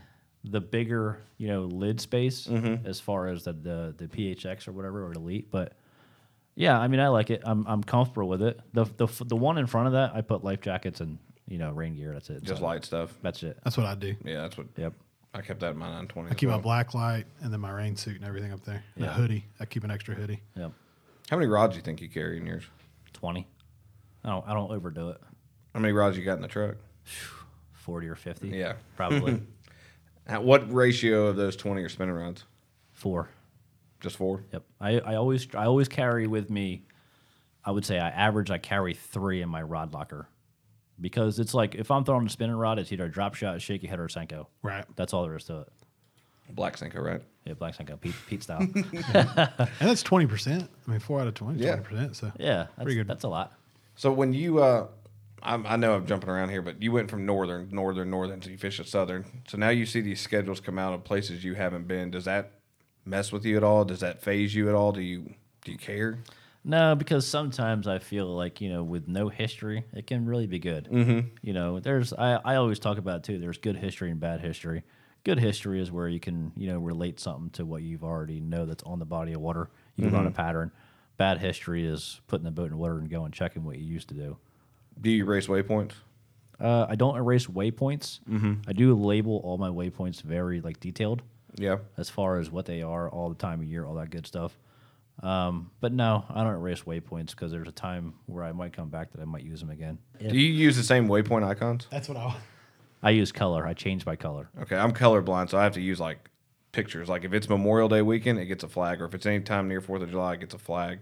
S4: the bigger you know lid space
S2: Mm-hmm.
S4: as far as the, the the PHX or whatever or Elite, but yeah, I mean I like it. I'm I'm comfortable with it. The the f- the one in front of that, I put life jackets and you know rain gear. That's it.
S2: Just
S4: So
S2: light stuff.
S4: That's it.
S3: That's what I do.
S2: Yeah, that's what.
S4: Yep.
S2: I kept that in my nine twenty.
S3: I keep my black light and then my rain suit and everything up there. And
S4: Yeah.
S3: a hoodie. I keep an extra hoodie.
S4: Yep.
S2: How many rods do you think you carry in yours?
S4: Twenty. I don't I don't overdo it.
S2: How many rods you got in the truck?
S4: Forty or fifty.
S2: Yeah.
S4: Probably
S2: At what ratio of those twenty are spinning rods?
S4: four.
S2: Just four.
S4: Yep. I, I always I always carry with me. I would say I average I carry three in my rod locker, because it's like if I'm throwing a spinning rod, it's either a drop shot, shaky head, or senko.
S3: Right.
S4: That's all there is to it.
S2: Black Senko, right?
S4: Yeah, black senko, Pete, Pete style.
S3: And that's 20%. I mean, four out of 20
S2: Yeah.
S3: 20%. So
S4: yeah, that's,
S3: Pretty good.
S4: That's a lot.
S2: So when you, uh, I'm, I know I'm jumping around here, but you went from northern, northern, northern, so you fish at southern. So now you see these schedules come out of places you haven't been. Does that mess with you at all? Does that phase you at all? Do you do you care?
S4: No, because sometimes I feel like you know, with no history, it can really be good. Mm-hmm. You know, there's I, I always talk about too. There's good history and bad history. Good history is where you can you know relate something to what you've already know that's on the body of water. You can run a pattern. Bad history is putting the boat in water and going checking what you used to do.
S2: Do you race waypoints?
S4: Uh, I don't erase waypoints. Mm-hmm. I do label all my waypoints very like detailed
S2: Yeah.
S4: as far as what they are, all the time of year, all that good stuff. Um, but no, I don't erase waypoints because there's a time where I might come back that I might use them again.
S2: Do you use the same waypoint icons?
S3: that's what I
S4: I use color. I change by color.
S2: Okay, I'm colorblind, so I have to use like pictures. Like if it's Memorial Day weekend, it gets a flag, or if it's any time near Fourth of July, it gets a flag.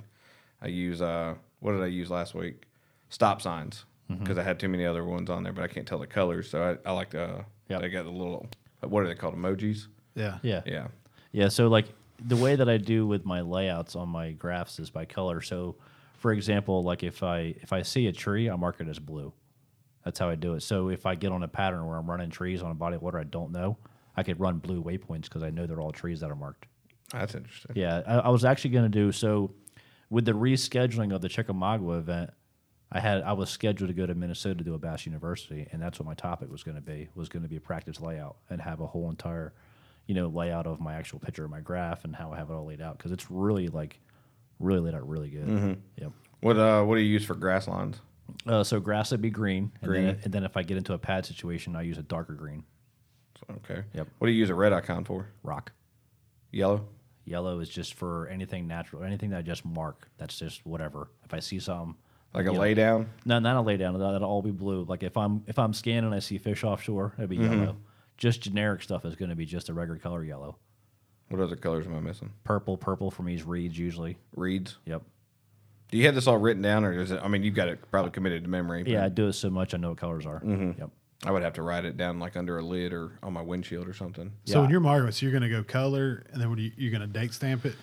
S2: I use uh, what did I use last week? Stop signs
S4: Mm-hmm.
S2: because I had too many other ones on there, but I can't tell the colors, so I, I like the uh,
S4: Yep.
S2: they got the little what are they called emojis?
S3: Yeah.
S4: Yeah.
S2: Yeah,
S4: Yeah. So like the way that I do with my layouts on my graphs is by color. So for example, like if I if I see a tree, I mark it as blue. That's how I do it. So if I get on a pattern where I'm running trees on a body of water I don't know, I could run blue waypoints because I know they're all trees that are marked.
S2: that's interesting.
S4: Yeah, I, I was actually going to do so with the rescheduling of the Chickamauga event. I had I was scheduled to go to Minnesota to do a Bass University, and that's what my topic was going to be was going to be a practice layout and have a whole entire, you know, layout of my actual picture of my graph and how I have it all laid out because it's really like really laid out really good. Yep.
S2: What uh, what do you use for grass lines?
S4: Uh, so grass would be green, and,
S2: Green.
S4: Then, and then if I get into a pad situation, I use a darker green.
S2: Okay.
S4: Yep.
S2: What do you use a red icon for?
S4: Rock.
S2: Yellow.
S4: Yellow is just for anything natural, anything that I just mark. That's just whatever. If I see some,
S2: Like a
S4: you know,
S2: lay down.
S4: No, not a lay down. That'll, that'll all be blue. Like if I'm if I'm scanning, I see fish offshore. It'll be yellow. Just generic stuff is going to be just a regular color yellow.
S2: What other colors am I missing?
S4: Purple, purple for me is reeds usually.
S2: Reeds.
S4: Yep.
S2: Do you have this all written down, or is it? I mean, you've got it probably committed to memory. but
S4: Yeah, I do it so much I know what colors are. Yep.
S2: I would have to write it down like under a lid or on my windshield or something.
S3: So when
S4: Yeah.
S3: you're marking, so you're going to go color, and then what are you, you're going to date stamp it.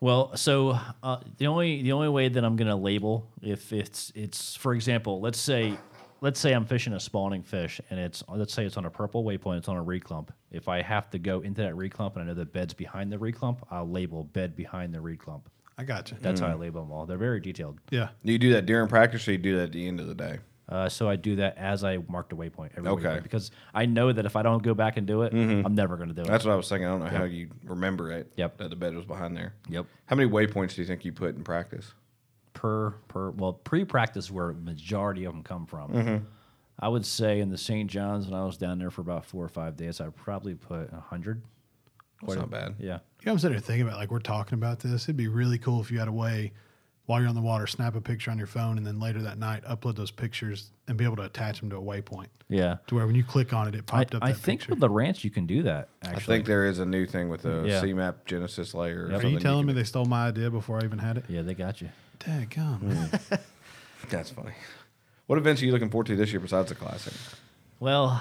S4: Well, so uh, the only the only way that I'm going to label if it's it's for example, let's say let's say I'm fishing a spawning fish and it's let's say it's on a purple waypoint, it's on a reed clump. If I have to go into that reed clump and I know the bed's behind the reed clump, I'll label bed behind the reed clump.
S3: I got you.
S4: That's how I label them all. They're very detailed.
S3: Yeah.
S2: Do you do that during practice, or you do that at the end of the day?
S4: Uh, so I do that as I mark the waypoint every
S2: Okay. Mm-hmm.
S4: waypoint because I know that if I don't go back and do it, I'm never going to do it.
S2: That's what I was thinking. I don't know how you remember it.
S4: Yep.
S2: That the bed was behind there.
S4: Yep.
S2: How many waypoints do you think you put in practice?
S4: per per well pre-practice where majority of them come from.
S2: Mm-hmm.
S4: I would say in the St. John's when I was down there for about four or five days, I probably put a hundred.
S2: That's not bad.
S4: Yeah,
S3: You know, I'm sitting here thinking about like we're talking about this. It'd be really cool if you had a way while you're on the water, snap a picture on your phone, and then later that night upload those pictures and be able to attach them to a waypoint
S4: yeah.
S3: to where when you click on it, it
S4: I,
S3: popped up.
S4: I
S3: that
S4: think
S3: picture.
S4: with the ranch you can do that.
S2: I
S4: Actually,
S2: think there is a new thing with the
S4: Yeah.
S2: CMAP Genesis layer. or
S3: Are
S2: something
S3: you telling me
S2: can-
S3: they stole my idea before I even had it?
S4: yeah, Hmm. they got you.
S3: Daggum.
S2: That's funny. What events are you looking forward to this year besides the classic?
S4: Well,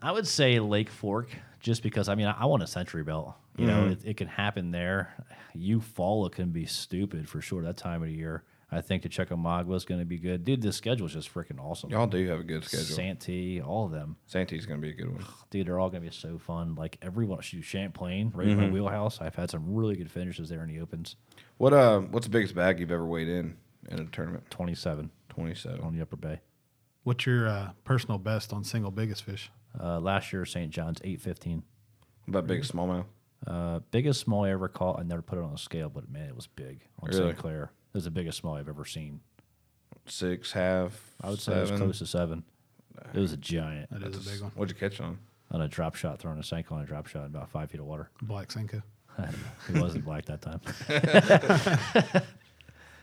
S4: I would say Lake Fork, just because I mean I, I want a century belt. You know,
S2: Mm-hmm.
S4: it, it can happen there. Eufaula can be stupid for sure that time of the year. I think the Chickamauga is going to be good, dude. The schedule is just freaking awesome.
S2: Y'all do have a good schedule.
S4: Santee, all of them.
S2: Santee's going to be a good one.
S4: dude, they're all gonna be so fun. Like everyone, shoot Champlain, right in my
S2: Mm-hmm.
S4: wheelhouse. I've had some really good finishes there in the opens.
S2: What uh? What's the biggest bag you've ever weighed in in a tournament?
S4: Twenty-seven on
S2: Twenty-seven.
S4: the upper bay.
S3: What's your uh, personal best on single biggest fish?
S4: Uh, last year, St. John's eight fifteen.
S2: What about biggest smallmouth?
S4: Uh, biggest small I ever caught. I never put it on a scale, but man, it was big on
S2: Really?
S4: St. Clair. It was the biggest small I've ever seen.
S2: Six, half.
S4: I would say
S2: seven.
S4: it was close to seven. It was a giant
S3: That is a big one.
S2: What'd you catch on?
S4: on a drop shot, throwing a sink on a drop shot in about five feet of water.
S3: Black Senko.
S4: He wasn't black that time.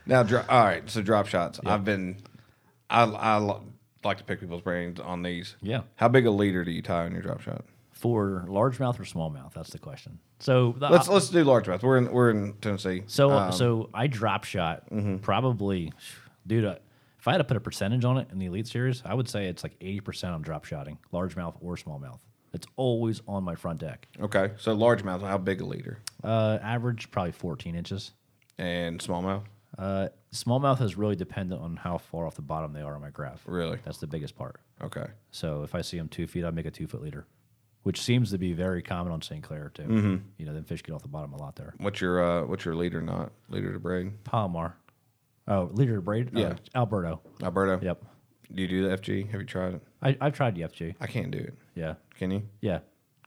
S2: Now, dro- all right. So drop shots. I've been. I I lo- like to pick people's brains on these.
S4: Yeah.
S2: How big a leader do you tie on your drop shot?
S4: For largemouth or smallmouth, that's the question. So the-
S2: Let's um, let's do largemouth. We're in we're in Tennessee.
S4: Uh, So so I drop shot
S2: Mm-hmm.
S4: probably, dude. Uh, if I had to put a percentage on it in the elite series, I would say it's like eighty percent I'm drop shotting, largemouth or smallmouth. It's always on my front deck.
S2: okay. So largemouth. How big a leader?
S4: Uh, average probably fourteen inches.
S2: And smallmouth.
S4: Uh, smallmouth is really dependent on how far off the bottom they are on my graph.
S2: Really?
S4: that's the biggest part.
S2: Okay.
S4: So if I see them two feet, I make a two foot leader, which seems to be very common on St. Clair too.
S2: Mm-hmm.
S4: You know, them fish get off the bottom a lot there.
S2: What's your uh what's your leader not leader to braid?
S4: Palomar, oh leader to braid, uh,
S2: Yeah.
S4: Alberto.
S2: Alberto.
S4: Yep,
S2: Do you do the FG? Have you tried it?
S4: I, I've tried the FG.
S2: I can't do it.
S4: Yeah,
S2: Can you?
S4: yeah.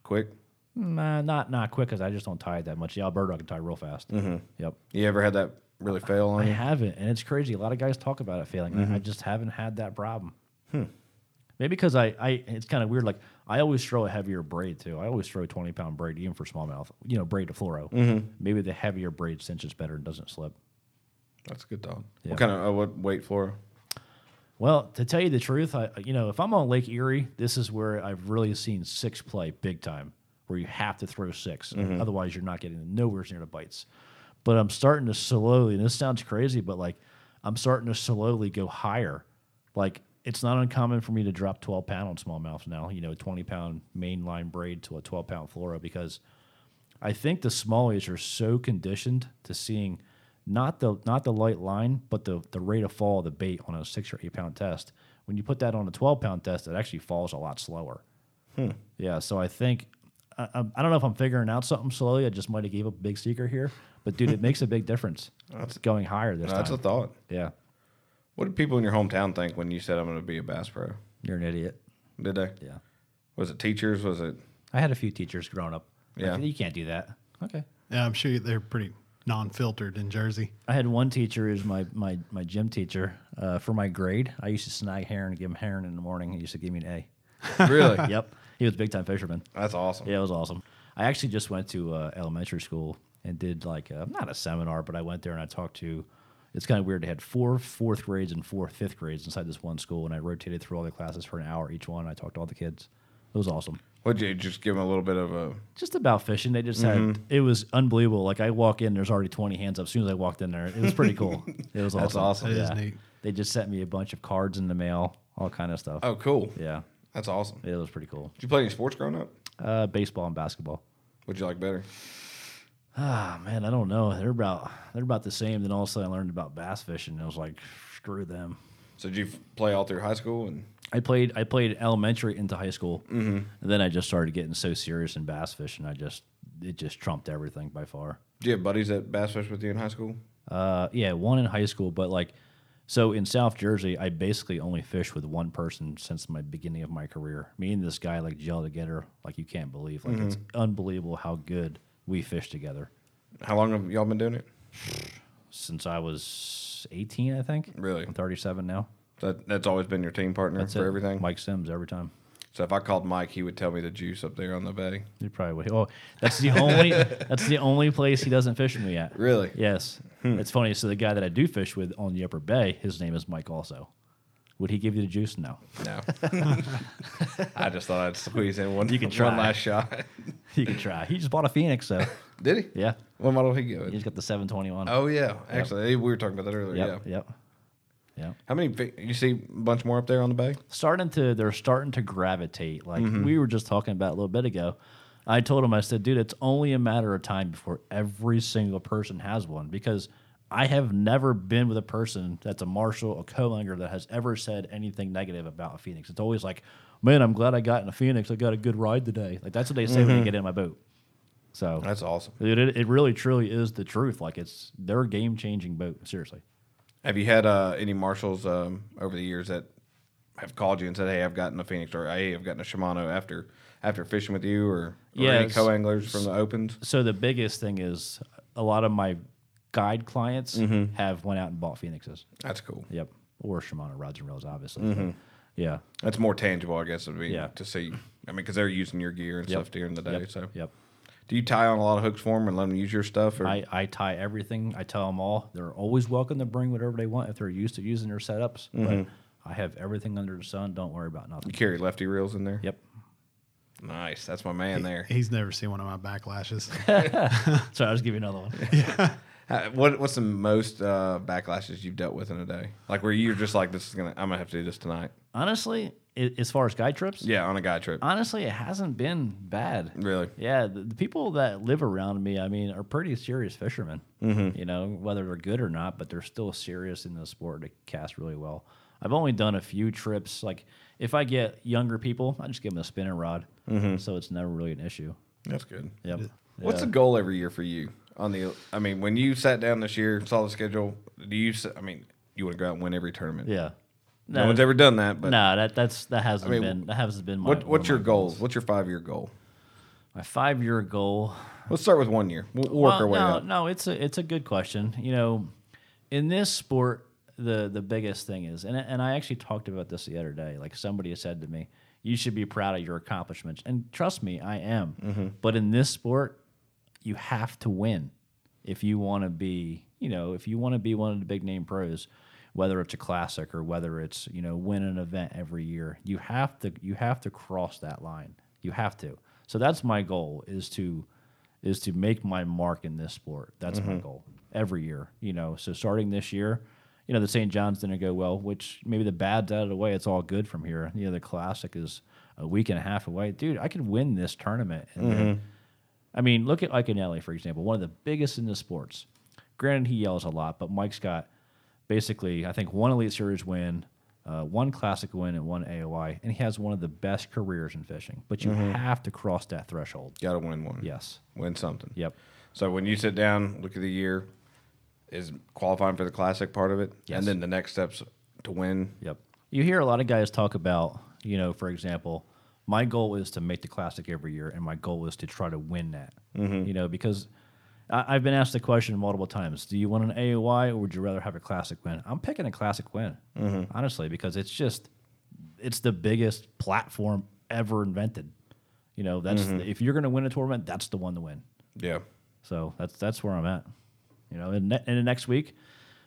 S2: Quick.
S4: Nah, not not quick because I just don't tie it that much. The Alberto I can tie real fast. Mm-hmm. Yep.
S2: You ever had that really fail
S4: I
S2: on you?
S4: haven't, and it's crazy. A lot of guys talk about it failing. I- I just haven't had that problem. Maybe because I, I, it's kind of weird. Like I always throw a heavier braid too. I always throw a twenty pound braid, even for smallmouth. You know, braid to fluoro. Maybe the heavier braid cinches better and doesn't slip.
S2: That's a good dog.
S4: Yeah.
S2: What kind of uh, what weight floor?
S4: Well, to tell you the truth, I you know if I'm on Lake Erie, this is where I've really seen six play big time, where you have to throw 6 otherwise you're not getting nowhere near the bites. But I'm starting to slowly, and this sounds crazy, but like I'm starting to slowly go higher. Like it's not uncommon for me to drop 12 pound on smallmouth now. You know, 20 pound mainline braid to a 12 pound fluoro because I think the smallies are so conditioned to seeing not the not the light line, but the the rate of fall of the bait on a six or eight pound test. When you put that on a twelve pound test, it actually falls a lot slower.
S2: Hmm.
S4: Yeah, so I think I, I, I don't know if I'm figuring out something slowly. I just might have gave up a big secret here, but dude, it makes a big difference. It's going higher this
S2: No, that's a
S4: time.
S2: thought.
S4: yeah,
S2: What did people in your hometown think when you said I'm going to be a bass pro?
S4: you're an idiot.
S2: Did they?
S4: Yeah,
S2: Was it teachers? Was it
S4: I had a few teachers growing up.
S2: Yeah.
S4: you can't do that. Okay.
S3: Yeah, I'm sure they're pretty non-filtered in Jersey.
S4: I had one teacher who's my my my gym teacher uh, for my grade. I used to snag heron and give him heron in the morning. He used to give me an
S2: Really?
S4: A. yep, he was a big time fisherman.
S2: That's awesome.
S4: Yeah, it was awesome. I actually just went to uh, elementary school and did like a, not a seminar, but I went there and I talked to. It's kind of weird. They had four fourth grades and four fifth grades inside this one school, and I rotated through all the classes for an hour each one. I talked to all the kids. It was awesome.
S2: Would you just give them a little bit of a?
S4: Just about fishing. They just had
S2: Mm-hmm.
S4: it was unbelievable. Like I walk in, there's already twenty hands up. As soon as I walked in there, it was pretty cool. It was
S2: That's
S4: awesome.
S2: awesome.
S3: That is neat.
S4: They just sent me a bunch of cards in the mail, all kind of stuff.
S2: Oh, cool.
S4: Yeah,
S2: That's awesome.
S4: it was pretty cool.
S2: Did you play any sports growing up?
S4: Uh, baseball and basketball.
S2: What'd you like better?
S4: Ah man, I don't know. They're about they're about the same. Then all of a sudden, I learned about bass fishing. and I was like, screw them.
S2: So did you f- play all through high school and?
S4: I played I played elementary into high school,
S2: Mm-hmm.
S4: and then I just started getting so serious in bass fishing. I just it just trumped everything by far.
S2: Do you have buddies that bass fish with you in high school?
S4: Uh, yeah, one in high school, but like, so in South Jersey, I basically only fished with one person since my beginning of my career. Me and this guy like gel together like you can't believe. Like it's
S2: Mm-hmm.
S4: unbelievable how good we fish together.
S2: How long have y'all been doing it?
S4: Since I was 18, I think.
S2: Really?
S4: I'm 37 now.
S2: That that's always been your team partner
S4: That's
S2: for
S4: it.
S2: everything.
S4: Mike Sims every time.
S2: So if I called Mike, he would tell me the juice up there on the bay.
S4: He probably would. Oh, that's the only that's the only place he doesn't fish with me at.
S2: Really? Hmm.
S4: Yes. It's funny. So the guy that I do fish with on the Upper Bay, his name is Mike. Also, would he give you the juice? No.
S2: No. I just thought I'd squeeze in one,
S4: You can
S2: one
S4: try.
S2: last shot.
S4: He could try. He just bought a Phoenix, so
S2: Did he?
S4: yeah.
S2: What model he go with?
S4: He's got the 721.
S2: Oh yeah, actually we were talking about that earlier.
S4: yep,
S2: Yeah.
S4: yep, yep.
S2: How many? fi- You see a bunch more up there on the bay?
S4: Starting to, they're starting to gravitate. Like
S2: Mm-hmm.
S4: we were just talking about a little bit ago. I told him, I said, dude, it's only a matter of time before every single person has one because I have never been with a person that's a marshal, a co-angler that has ever said anything negative about a Phoenix. It's always like, man, I'm glad I got in a Phoenix. I got a good ride today. Like that's what they say when they get in my boat. So
S2: Mm-hmm. That's awesome.
S4: It, it, it really truly is the truth. Like it's their game changing boat. Seriously.
S2: Have you had uh, any marshals um, over the years that have called you and said, "Hey, I've gotten a Phoenix," or "Hey, I've gotten a Shimano after after fishing with you," or, or
S4: Yeah,
S2: any
S4: it's-
S2: co anglers from the opens?
S4: So the biggest thing is a lot of my guide clients have went out and bought Phoenixes.
S2: That's cool.
S4: Yep. Or Shimano rods and reels, obviously. But Yeah.
S2: That's more tangible, I guess, would be
S4: Yeah.
S2: to see. I mean, because they're using your gear and
S4: Yep.
S2: stuff during the day.
S4: Yep.
S2: So,
S4: Yep.
S2: do you tie on a lot of hooks for them and let them use your stuff? Or
S4: I, I tie everything. I tell them all. They're always welcome to bring whatever they want if they're used to using their setups. But I have everything under the sun. Don't worry about nothing.
S2: you carry lefty reels in there?
S4: Yep.
S2: Nice. That's my man there.
S3: He's never seen one of my backlashes.
S4: So I'll just give you another one.
S2: How- Uh, What What's the most uh, backlashes you've dealt with in a day? Like where you're just like, this is gonna, I'm gonna have to do this tonight.
S4: Honestly, i as far as guide trips,
S2: Yeah, on a guy trip.
S4: honestly, it hasn't been bad.
S2: Really?
S4: Yeah, the, the people that live around me, I mean, are pretty serious fishermen. Mm-hmm. You know, whether they're good or not, but they're still serious in the sport to cast really well. I've only done a few trips. Like, if I get younger people, I just give them a spinning rod,
S2: Mm-hmm.
S4: so it's never really an issue.
S2: That's good.
S4: Yep.
S2: What's the goal every year for you? On the, I mean, when you sat down this year, saw the schedule. Do you? s- I mean, you want to go out and win every tournament?
S4: Yeah.
S2: No,
S4: No,
S2: one's ever done that. But
S4: no, that that's that hasn't
S2: mean,
S4: been that hasn't been my
S2: what
S4: one of
S2: What's your
S4: my
S2: goals? What's your five year goal?
S4: My five year goal.
S2: Let's start with one year. We'll, we'll work
S4: Well,
S2: our way
S4: no,
S2: up.
S4: No, it's a it's a good question. You know, in this sport, the the biggest thing is, and and I actually talked about this the other day. Like somebody has said to me, you should be proud of your accomplishments, and trust me, I am.
S2: Mm-hmm.
S4: But in this sport, you have to win if you want to be, you know, if you want to be one of the big name pros. Whether it's a classic or whether it's you know win an event every year, you have to you have to cross that line. You have to. So that's my goal is to is to make my mark in this sport. That's my goal every year. You know, so starting this year, you know, the St. John's didn't go well, which maybe the bad's out of the way. It's all good from here. You know, the classic is a week and a half away. Dude, I could win this tournament. And then, I mean, look at Ike Nelly, for example, one of the biggest in the sports. Granted, he yells a lot, but Mike's got basically, I think, one Elite Series win, uh, one Classic win, and one AOI, and he has one of the best careers in fishing. But you have to cross that threshold.
S2: Got to win one.
S4: Yes.
S2: Win something.
S4: Yep.
S2: So when you sit down, look at the year, is qualifying for the classic part of it,
S4: Yes.
S2: and then the next steps to win.
S4: Yep. You hear a lot of guys talk about, you know, for example, Mm-hmm. my goal is to make the classic every year, and my goal is to try to win that. You know, because I, I've been asked the question multiple times: Do you want an AOI or would you rather have a classic win? I'm picking a classic win, honestly, because it's just it's the biggest platform ever invented. You know, that's if you're going to win a tournament, that's the one to win.
S2: Yeah.
S4: So that's that's where I'm at. You know, and, ne- and the next week,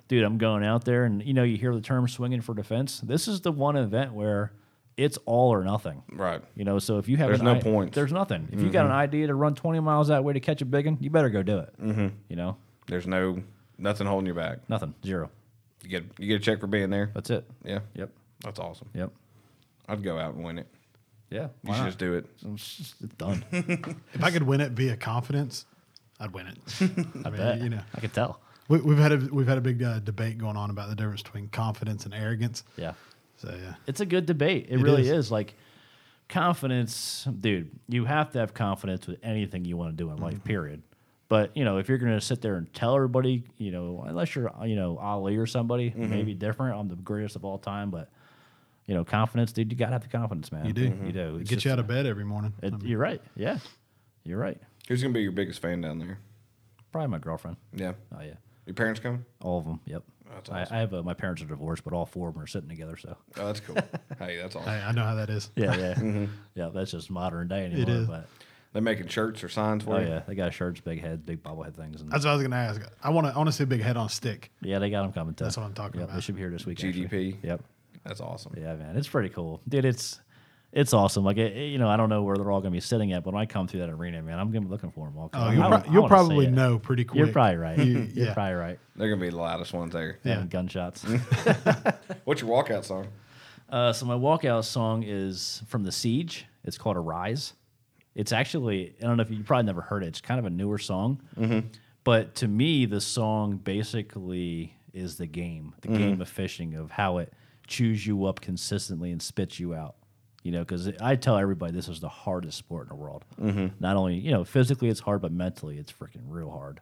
S4: dude, I'm going out there, and you know, you hear the term swinging for defense. This is the one event where it's all or nothing.
S2: Right.
S4: You know, so if you have
S2: There's
S4: an
S2: no
S4: i-
S2: points. Mm-hmm.
S4: there's nothing. If you got an idea to run 20 miles that way to catch a big one, you better go do it. Mm-hmm. You know,
S2: There's no nothing holding you back.
S4: nothing, zero.
S2: You get you get a check for being there.
S4: That's it.
S2: yeah.
S4: Yep,
S2: That's awesome.
S4: yep,
S2: I'd go out and win it.
S4: yeah.
S2: You
S4: why
S2: should
S4: not?
S2: just do it.
S4: It's just- it's done.
S3: If I could win it via confidence, I'd win it. I mean,
S4: Bet.
S3: you know,
S4: I could tell.
S3: we, we've had a we've had a big uh, debate going on about the difference between confidence and arrogance.
S4: Yeah.
S3: So yeah,
S4: It's a good debate. It, really
S3: is.
S4: is. Like confidence, dude, you have to have confidence with anything you want to do in
S3: Mm-hmm.
S4: life, period. But, you know, if you're going to sit there and tell everybody, you know, unless you're, you know, Ali or somebody,
S3: Mm-hmm.
S4: maybe different. I'm the greatest of all time, but, you know, confidence, dude, you got to have the confidence, man.
S3: You do.
S4: You do.
S3: it
S4: It's
S3: gets you
S4: just-
S3: out of bed every morning.
S4: it- you're right. Yeah. You're right.
S2: Who's gonna be your biggest fan down there?
S4: Probably my girlfriend.
S2: Yeah.
S4: Oh, yeah.
S2: Your parents coming?
S4: All of them. Yep.
S2: That's
S4: I, I have uh my parents are divorced, but all four of them are sitting together. So,
S2: Oh, that's cool. hey, that's
S4: Oh,
S2: awesome.
S3: I, I know how that is.
S4: yeah, yeah. Yeah, that's just modern day anymore.
S3: Mm-hmm. is.
S4: But,
S2: They're making shirts or signs for
S4: Oh
S2: you.
S4: yeah, they got shirts, big heads, big bobblehead things, and
S3: That's what I was going to ask. I want to I want to see a big head on a stick.
S4: yeah, they got them coming. Too.
S3: That's what I'm talking
S4: Yep, They
S3: about.
S4: should be here this week.
S2: GDP.
S4: Actually. Yep.
S2: That's awesome.
S4: Yeah, man, it's pretty cool, dude. It's it's awesome. Like, it, it- you know, I don't know where they're all gonna be sitting at, but when I come through that arena, man, I'm gonna be looking for them all. 'cause
S3: Oh,
S4: I-
S3: you'll,
S4: I-
S3: pro-
S4: I
S3: you'll
S4: wanna see
S3: probably
S4: it.
S3: know pretty quick.
S4: You're probably right.
S3: You-
S4: You're
S3: yeah.
S4: probably right.
S2: They're gonna be the loudest ones there.
S3: Yeah.
S4: Having gunshots.
S2: What's your walkout song?
S4: Uh, so my walkout song is from The Siege. It's called "Arise." It's actually I don't know if you, you probably never heard it. It's kind of a newer song, but to me, the song basically is the game, the game of fishing of how it chews you up consistently and spits you out. You know, because I tell everybody this is the hardest sport in the world. Not only you know physically it's hard, but mentally it's freaking real hard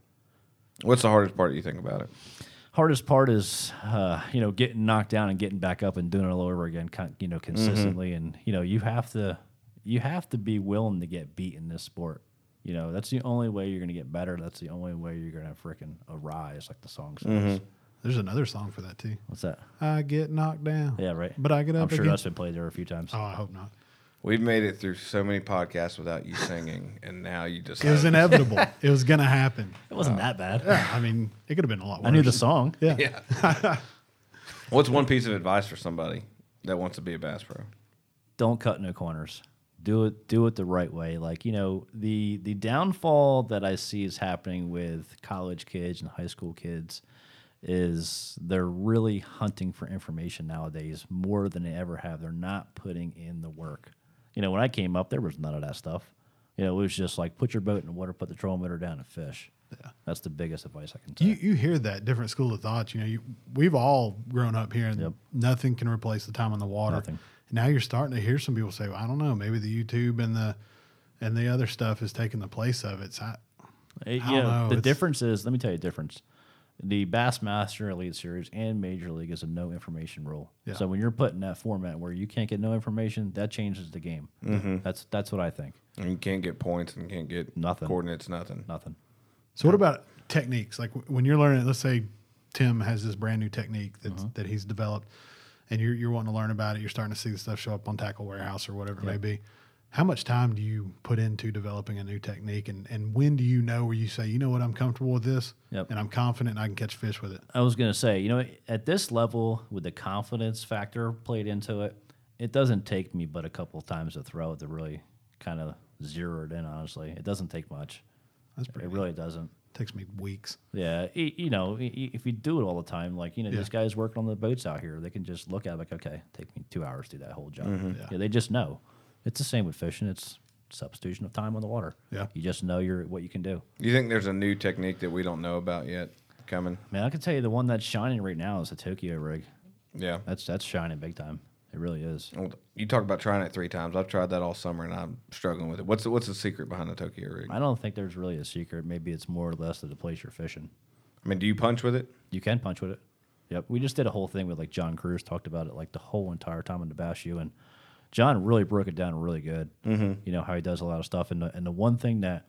S2: What's the hardest part you think about it?
S4: hardest part is uh, you know getting knocked down and getting back up and doing it all over again con- you know consistently and you know you have to you have to be willing to get beat in this sport you know that's the only way you're gonna get better that's the only way you're gonna freaking arise like the song says
S3: There's another song for that too.
S4: what's that
S3: I get knocked down.
S4: yeah right
S3: But I get up
S4: i'm sure
S3: again.
S4: that's been played there a few times
S3: Oh, I hope not.
S2: We've made it through so many podcasts without you singing, and now you just
S3: It was
S2: an
S3: inevitable. it was going to happen.
S4: it wasn't that bad
S3: uh, Yeah, I mean, it could have been a lot worse.
S4: i knew the song
S3: Yeah.
S2: yeah. What's one piece of advice for somebody that wants to be a bass pro?
S4: don't cut no corners. Do it do it the right way. Like, you know, the the downfall that I see is happening with college kids and high school kids is they're really hunting for information nowadays more than they ever have. They're not putting in the work. You know, when I came up there was none of that stuff. You know, it was just like put your boat in the water, put the trolling motor down and fish. Yeah. That's the biggest advice I can tell.
S3: You, you hear that different school of thoughts. You know, you, we've all grown up here, and nothing can replace the time on the water.
S4: Nothing.
S3: Now you're starting to hear some people say, well, "I don't know, maybe the YouTube and the and the other stuff is taking the place of it." So I,
S4: It,
S3: I
S4: you
S3: don't
S4: know,
S3: know,
S4: the
S3: it's-
S4: difference is, let me tell you the difference. The Bassmaster Elite Series and Major League is a no information rule.
S3: Yeah.
S4: So when you're putting that format where you can't get no information, that changes the game. That's that's what I think.
S2: And you can't get points and you can't get
S4: Nothing.
S2: coordinates, nothing.
S4: Nothing.
S3: So what about techniques? Like w- when you're learning, let's say Tim has this brand new technique that
S4: Uh-huh.
S3: that he's developed, and you're you're wanting to learn about it. You're starting to see the stuff show up on Tackle Warehouse or whatever it may be. How much time do you put into developing a new technique, and and when do you know where you say, you know what, I'm comfortable with this,
S4: Yep.
S3: and I'm confident I can catch fish with it?
S4: I was gonna say, you know, at this level with the confidence factor played into it, it doesn't take me but a couple of times to throw it to really kind of zero it in. Honestly, it doesn't take much.
S3: That's pretty.
S4: It really doesn't.
S3: takes me weeks.
S4: Yeah, y- you know, i- i- if you do it all the time, like you know, these guys working on the boats out here, they can just look at it like, okay, take me two hours to do that whole job.
S3: Yeah.
S4: Yeah. they just know. It's the same with fishing. It's substitution of time on the water.
S3: Yeah.
S4: you just know your what you can do.
S2: You think there's a new technique that we don't know about yet coming?
S4: Man, I can tell you the one that's shining right now is the Tokyo rig.
S2: Yeah.
S4: That's that's shining big time. It really is.
S2: Well, You talk about trying it three times. I've tried that all summer and I'm struggling with it. What's the, what's the secret behind the Tokyo rig?
S4: I don't think there's really a secret. Maybe it's more or less to the place you're fishing.
S2: I mean, do you punch with it?
S4: You can punch with it. Yep. We just did a whole thing with like John Cruz talked about it like the whole entire time in the Bash U, and John really broke it down really good. Mm-hmm. You know how he does a lot of stuff, and the, and the one thing that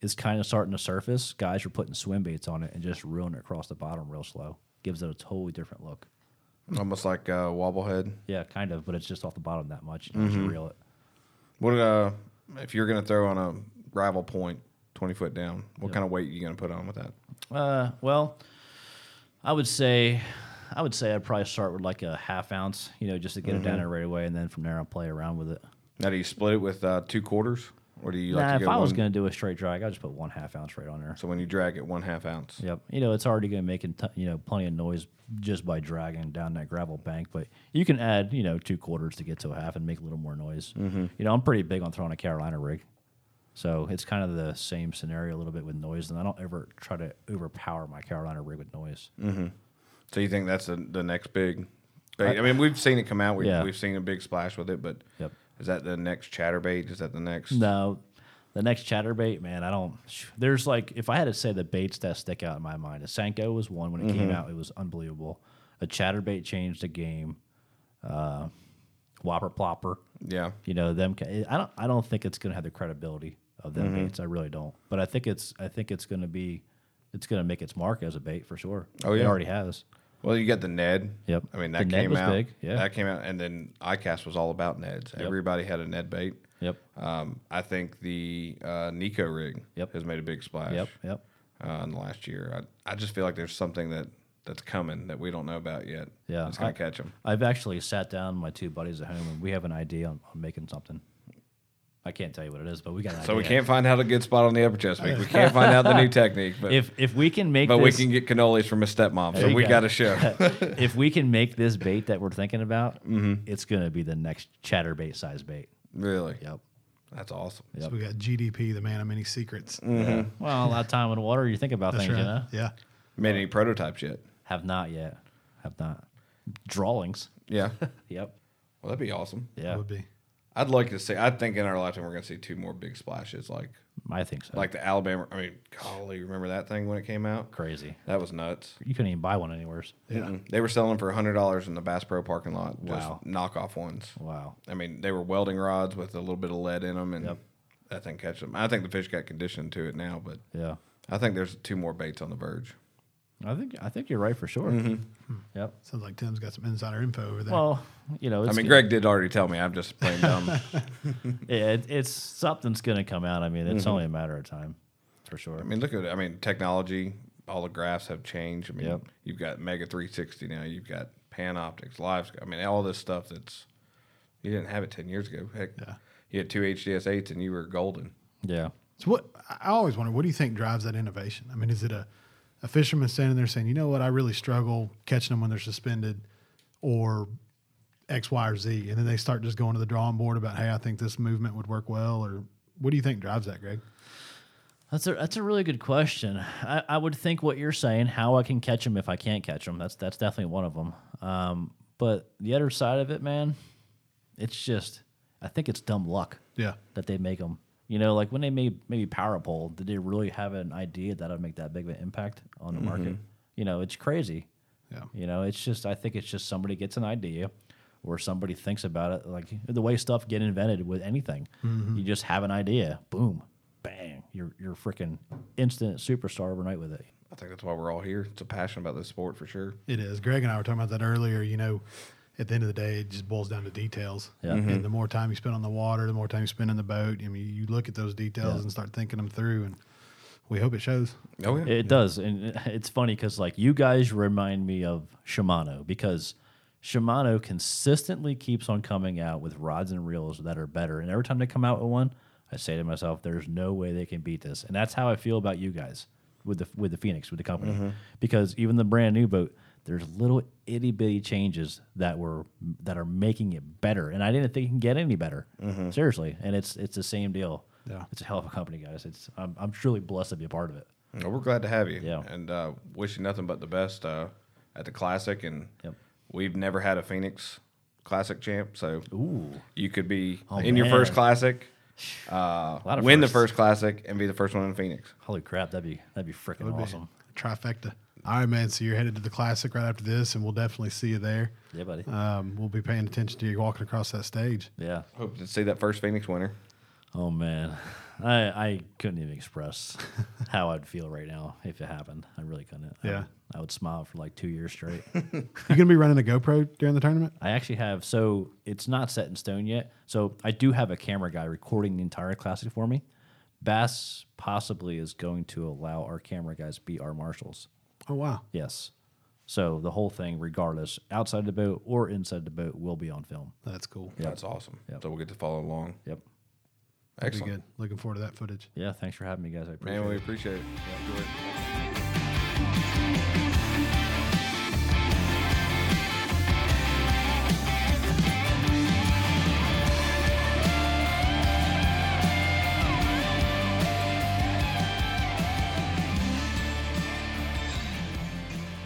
S4: is kind of starting to surface. Guys are putting swim baits on it and just reeling it across the bottom real slow. Gives it a totally different look.
S2: Almost like uh, wobblehead.
S4: Yeah, kind of, but it's just off the bottom that much. You know, just reel it.
S2: What uh, if you're gonna throw on a rival point, twenty foot down? What kind of weight you gonna put on with that?
S4: Uh, well, I would say, I would say I'd probably start with like a half ounce, you know, just to get it down there right away, and then from there I'll play around with it.
S2: Now do you split it with uh, two quarters, or do you like
S4: nah,
S2: to
S4: if
S2: go
S4: I was
S2: one-
S4: gonna do a straight drag, I'd just put one half ounce right on there.
S2: So when you drag it, one half ounce.
S4: Yep. You know, it's already going to make in- you know plenty of noise just by dragging down that gravel bank, but you can add you know two quarters to get to a half and make a little more noise.
S2: Mm-hmm.
S4: You know, I'm pretty big on throwing a Carolina rig, so it's kind of the same scenario a little bit with noise, and I don't ever try to overpower my Carolina rig with noise.
S2: So you think that's the, the next big? Bait? I mean, we've seen it come out. We,
S4: Yeah.
S2: We've seen a big splash with it, but
S4: Yep.
S2: is that the next chatterbait? Is that the next?
S4: No, the next chatterbait, man, I don't. There's like, if I had to say the baits that stick out in my mind, a Senko was one when it
S2: Mm-hmm.
S4: came out, it was unbelievable. A chatterbait changed the game. Uh, Whopper Plopper,
S2: Yeah.
S4: you know them. ca- I don't. I don't think it's gonna have the credibility of them
S2: Mm-hmm.
S4: baits. I really don't. But I think it's. I think it's gonna be. It's gonna make its mark as a bait for sure.
S2: Oh,
S4: it
S2: yeah.
S4: already has.
S2: Well, you got the Ned.
S4: Yep.
S2: I mean
S4: The
S2: that
S4: Ned
S2: came
S4: was
S2: out.
S4: big, yeah.
S2: That came out, and then ICAST was all about Neds. Everybody had a Ned bait.
S4: Yep.
S2: Um, I think the uh, Nico rig
S4: Yep.
S2: has made a big splash.
S4: Yep. Yep.
S2: Uh, in the last year, I, I just feel like there's something that that's coming that we don't know about yet.
S4: Yeah,
S2: It's gonna
S4: I-
S2: 'em. catch them.
S4: I've actually sat down with my two buddies at home and we have an idea on, on making something. I can't tell you what it is, but we got an
S2: So
S4: idea.
S2: we can't find out a good spot on the upper chest meat. We can't find out the new technique, but
S4: If if we can make
S2: but
S4: this,
S2: we can get cannolis from his stepmom.
S4: There
S2: So
S4: you
S2: we
S4: go.
S2: got a show.
S4: if we can make this bait that we're thinking about,
S2: Mm-hmm.
S4: it's gonna be the next chatterbait size bait.
S2: really?
S4: Yep.
S2: That's awesome.
S3: So we got GDP, the man of many secrets.
S4: Well, a lot of time in water. You think about
S3: That's
S4: things, Mm, you know.
S3: right. Yeah.
S2: Made any prototypes yet?
S4: Have not yet. Have not. Drawings.
S2: Yeah. well,
S4: Yep.
S2: that'd be awesome.
S4: Yeah.
S3: Would be.
S2: I'd like to see. I think in our lifetime we're gonna see two more big splashes, like
S4: I think so.
S2: like the Alabama. I mean, golly, remember that thing when it came out?
S4: crazy.
S2: That was nuts.
S4: You couldn't even buy one anywhere.
S2: Mm-mm. They were selling for hundred dollars in the Bass Pro parking lot.
S4: Wow.
S2: Just knockoff ones.
S4: Wow.
S2: I mean, they were welding rods with a little bit of lead in them, and
S4: Yep.
S2: that thing catch them. I think the fish got conditioned to it now, but
S4: Yeah.
S2: I think there's two more baits on the verge.
S4: I think I think you're right for sure.
S2: Mm-hmm.
S4: Yep.
S3: Sounds like Tim's got some insider info over there.
S4: Well, you know, it's
S2: I mean,
S4: good.
S2: Greg did already tell me. I'm just playing dumb.
S4: Yeah, it, it's something's gonna come out. I mean, it's only a matter of time, for sure.
S2: Mm-hmm. I mean, look at it. I mean, technology, all the graphs have changed. I mean,
S4: Yep.
S2: you've got Mega 360 now. You've got Panoptics, Live. I mean, all this stuff that's you didn't have it 10 years ago. Heck,
S3: Yeah.
S2: you had two HDS8s and you were golden.
S4: Yeah,
S3: So what I always wonder, what do you think drives that innovation? I mean, is it a, a fisherman standing there saying, you know what, I really struggle catching them when they're suspended or X, Y, or Z. And then they start just going to the drawing board about, hey, I think this movement would work well. Or what do you think drives that, Greg?
S4: that's a that's a really good question. I, I would think what you're saying, how I can catch them if I can't catch them. That's that's definitely one of them. Um, but the other side of it, man, it's just I think it's dumb luck
S3: Yeah.
S4: that they make them. You know, like when they made maybe Power Pole, did they really have an idea that would make that big of an impact on the market? You know, it's crazy.
S3: Yeah.
S4: You know, it's just I think it's just somebody gets an idea or somebody thinks about it like the way stuff get invented with anything. You just have an idea, boom, bang, you're you're freaking instant superstar overnight with it.
S2: I think that's why we're all here. It's a passion about this sport for sure.
S3: It is. Greg and I were talking about that earlier. You know, at the end of the day, it just boils down to details.
S4: Yeah.
S3: And the more time you spend on the water, the more time you spend in the boat. I mean, you look at those details and start thinking them through, and we hope it shows.
S2: Oh, yeah.
S4: It does, and it- it's funny because like you guys remind me of Shimano because Shimano consistently keeps on coming out with rods and reels that are better, and every time they come out with one, I say to myself, "There's no way they can beat this," and that's how I feel about you guys with the with the Phoenix with the company because even the brand new boat. There's little itty bitty changes that were that are making it better, and I didn't think it can get any better. Seriously, and it's it's the same deal.
S3: Yeah.
S4: it's a hell of a company, guys. It's I'm, I'm truly blessed to be a part of it.
S2: Well, we're glad to have you.
S4: Yeah.
S2: And uh, wish you nothing but the best uh, at the Classic. And
S4: Yep.
S2: we've never had a Phoenix Classic champ. So
S4: Ooh.
S2: you could be
S4: Oh,
S2: in your
S4: man.
S2: first Classic, uh,
S4: lot of
S2: win
S4: firsts.
S2: the first Classic, and be the first one in Phoenix.
S4: Holy crap, that'd be that'd be freaking awesome.
S3: Trifecta. All right, man. So you're headed to the classic right after this, and we'll definitely see you there.
S4: Yeah, buddy.
S3: Uh, Um, we'll be paying attention to you walking across that stage.
S4: yeah.
S2: Hope to see that first Phoenix winner.
S4: Oh man, I I couldn't even express how I'd feel right now if it happened. I really couldn't. I
S3: Yeah.
S4: would- I would smile for like two years straight.
S3: You gonna be running a GoPro during the tournament?
S4: I actually have so it's not set in stone yet. So I do have a camera guy recording the entire classic for me. Bass possibly is going to allow our camera guys be our marshals.
S3: Oh wow,
S4: Yes. So the whole thing, regardless, outside the boat or inside the boat, will be on film.
S3: that's cool.
S2: That's awesome. So we'll get to follow along.
S4: Yep.
S3: Be
S2: Excellent.
S3: good. Looking forward to that footage.
S4: Yeah. Thanks for having me, guys. I appreciate
S2: Man,
S4: it.
S2: we appreciate it. Enjoy it.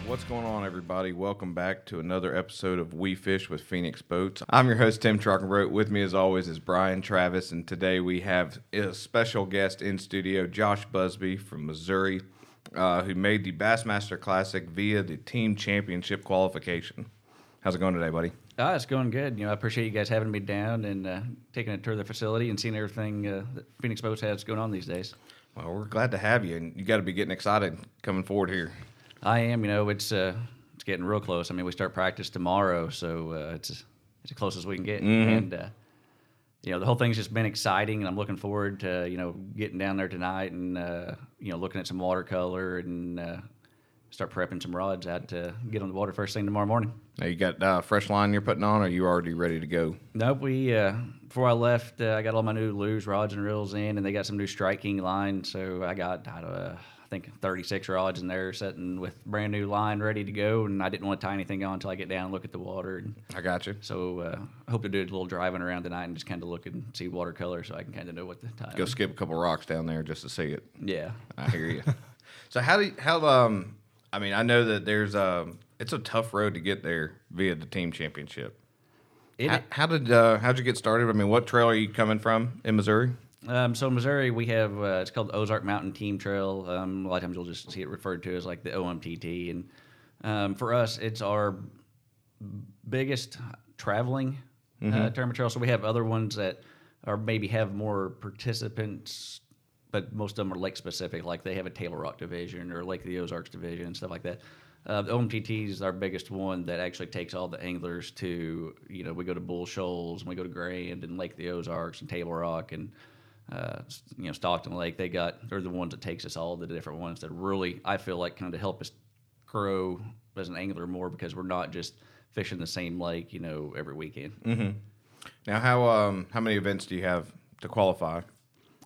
S2: What's going on, everybody? Welcome back to another episode of We Fish with Phoenix Boats. I'm your host, Tim Trockenbrote. With me, as always, is Brian Travis, and today we have a special guest in studio, Josh Busby from Missouri, uh, who made the Bassmaster Classic via the team championship qualification. How's it going today, buddy?
S5: Ah, it's going good. You know, I appreciate you guys having me down and uh, taking a tour of the facility and seeing everything uh, that Phoenix Boats has going on these days.
S2: Well, we're glad to have you, and you got to be getting excited coming forward here.
S5: I am. You know, it's uh, it's getting real close. I mean, we start practice tomorrow, so uh, it's it's as close as we can get. And uh, you know, the whole thing's just been exciting, and I'm looking forward to you know getting down there tonight and uh, you know looking at some watercolor and uh, start prepping some rods out to get on the water first thing tomorrow morning.
S2: Now, you got uh, fresh line you're putting on, or you already ready to go?
S5: Nope. We uh, before I left, uh, I got all my new lures, rods, and reels in, and they got some new striking line. So I got I, don't, uh, I think 36 rods in there, sitting with brand new line ready to go. And I didn't want to tie anything on until I get down and look at the water. And
S2: I got you.
S5: so uh, I hope to do a little driving around tonight and just kind of look and see watercolor, so I can kind of know what the time.
S2: Go skip a couple rocks down there just to see it.
S5: Yeah.
S2: I hear you. so how do you, how um I mean I know that there's um it's a tough road to get there via the team championship.
S5: It,
S2: How, how did uh, how'd you get started? I mean, what trail are you coming from in Missouri?
S5: Um, so in Missouri, we have uh, it's called the Ozark Mountain Team Trail. Um, a lot of times you'll just see it referred to as like the OMTT, and um, for us, it's our biggest traveling uh, tournament trail. So we have other ones that are maybe have more participants, but most of them are lake specific. Like they have a Taylor Rock division or Lake of the Ozarks division and stuff like that. Uh, the OMTT is our biggest one that actually takes all the anglers to you know we go to Bull Shoals and we go to Grand and Lake of the Ozarks and Table Rock and uh, s- you know Stockton Lake. They got they're the ones that takes us all the different ones that really I feel like kind of help us grow as an angler more because we're not just fishing the same lake, you know, every weekend.
S2: Now how um how many events do you have to qualify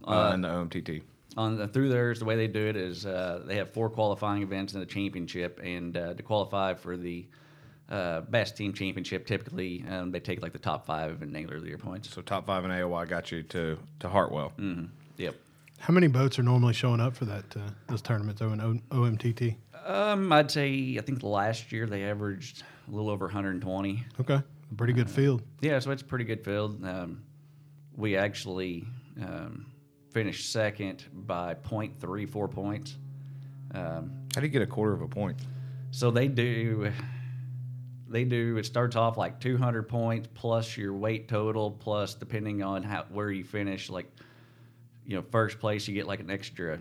S2: uh, in the OMTT?
S5: On the, through theirs, the way they do it is uh, they have four qualifying events in the championship, and uh, to qualify for the uh, best team championship, typically um, they take like the top five in angler of the year points.
S2: So top five in AOI got you to to Hartwell.
S5: Mm. Yep.
S3: How many boats are normally showing up for that uh, those tournaments? Oh, and O- OMTT.
S5: Um, I'd say I think last year they averaged a little over 120.
S3: Okay, a pretty good field.
S5: Yeah, so it's a pretty good field. Um, we actually um, finished second by 0.34 points.
S2: How do you get a quarter of a point?
S5: So they do. They do. It starts off like 200 points plus your weight total plus depending on how where you finish. Like, you know, first place you get like an extra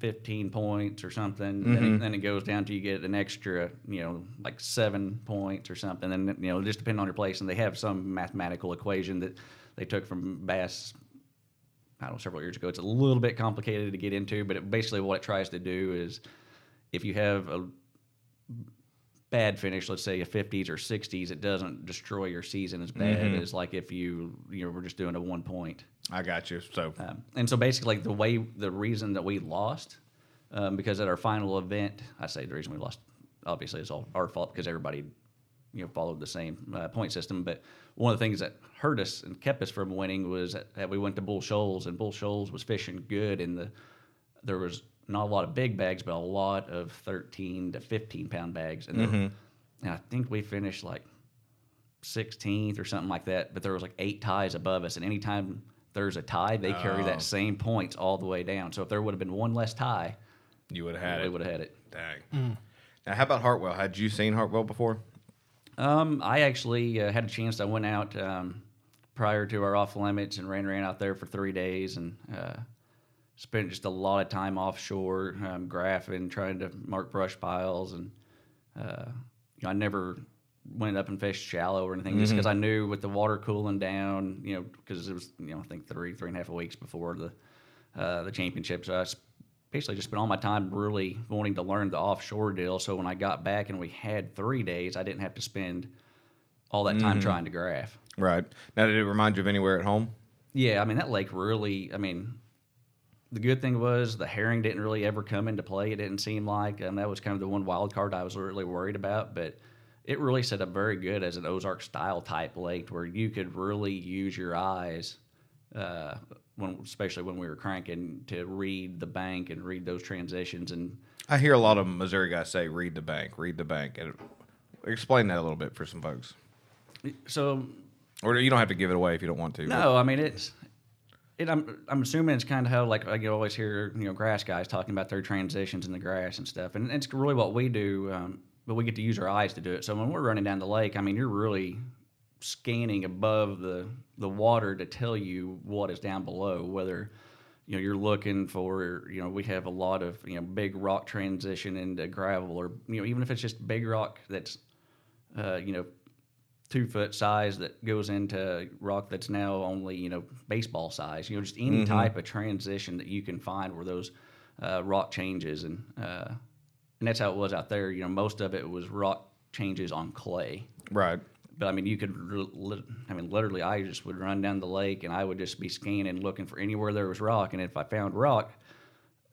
S5: 15 points or something. Then, it, then it goes down to you get an extra, you know, like seven points or something. And you know, just depending on your place. And they have some mathematical equation that they took from Bass I don't know, several years ago. It's a little bit complicated to get into, but it, basically what it tries to do is if you have a bad finish, let's say a 50s or 60s, it doesn't destroy your season as bad as like if you, you know, we're just doing a one point.
S2: I got you. So
S5: Um, and so basically, the way the reason that we lost, um, because at our final event, I say the reason we lost, obviously, it's all our fault because everybody, you know, followed the same uh, point system. But one of the things that hurt us and kept us from winning was that, that we went to Bull Shoals, and Bull Shoals was fishing good, and the there was not a lot of big bags, but a lot of thirteen to fifteen pound bags, and, there- and I think we finished like 16th or something like that, but there was like eight ties above us. And anytime there's a tie, they carry
S2: Oh.
S5: that same points all the way down. So if there would have been one less tie,
S2: you would have had
S5: we
S2: it.
S5: would have had it.
S2: Dang. Now how about Hartwell? Had you seen Hartwell before?
S5: Um, I actually uh, had a chance. I went out um, prior to our off limits, and ran ran out there for three days and uh, spent just a lot of time offshore um, graphing, trying to mark brush piles, and uh, you know, I never went up and fished shallow or anything just because I knew with the water cooling down, you know, because it was you know I think three three and a half weeks before the uh, the championship, so I s- basically just spent all my time really wanting to learn the offshore deal. So when I got back and we had three days, I didn't have to spend all that time trying to graph.
S2: Right. Now, did it remind you of anywhere at home?
S5: Yeah, I mean that lake really. I mean, the good thing was the herring didn't really ever come into play. It didn't seem like, and that was kind of the one wild card I was really worried about. But it really set up very good as an Ozark style type lake where you could really use your eyes, uh, when especially when we were cranking to read the bank and read those transitions and
S2: I hear a lot of Missouri guys say, "Read the bank, read the bank." And explain that a little bit for some folks,
S5: so
S2: or you don't have to give it away if you don't want to.
S5: No, I mean it's. It, I'm, I'm assuming it's kind of how like, like you always hear you know grass guys talking about their transitions in the grass and stuff, and it's really what we do, um, but we get to use our eyes to do it. So when we're running down the lake, I mean you're really scanning above the the water to tell you what is down below, whether you know you're looking for you know we have a lot of you know big rock transition into gravel or you know even if it's just big rock that's uh, you know two foot size that goes into rock that's now only you know baseball size. You know, just any type of transition that you can find where those uh, rock changes and uh, and that's how it was out there. You know, most of it was rock changes on clay.
S2: Right.
S5: But I mean, you could. re- lit- I mean, literally, I just would run down the lake and I would just be scanning, looking for anywhere there was rock. And if I found rock,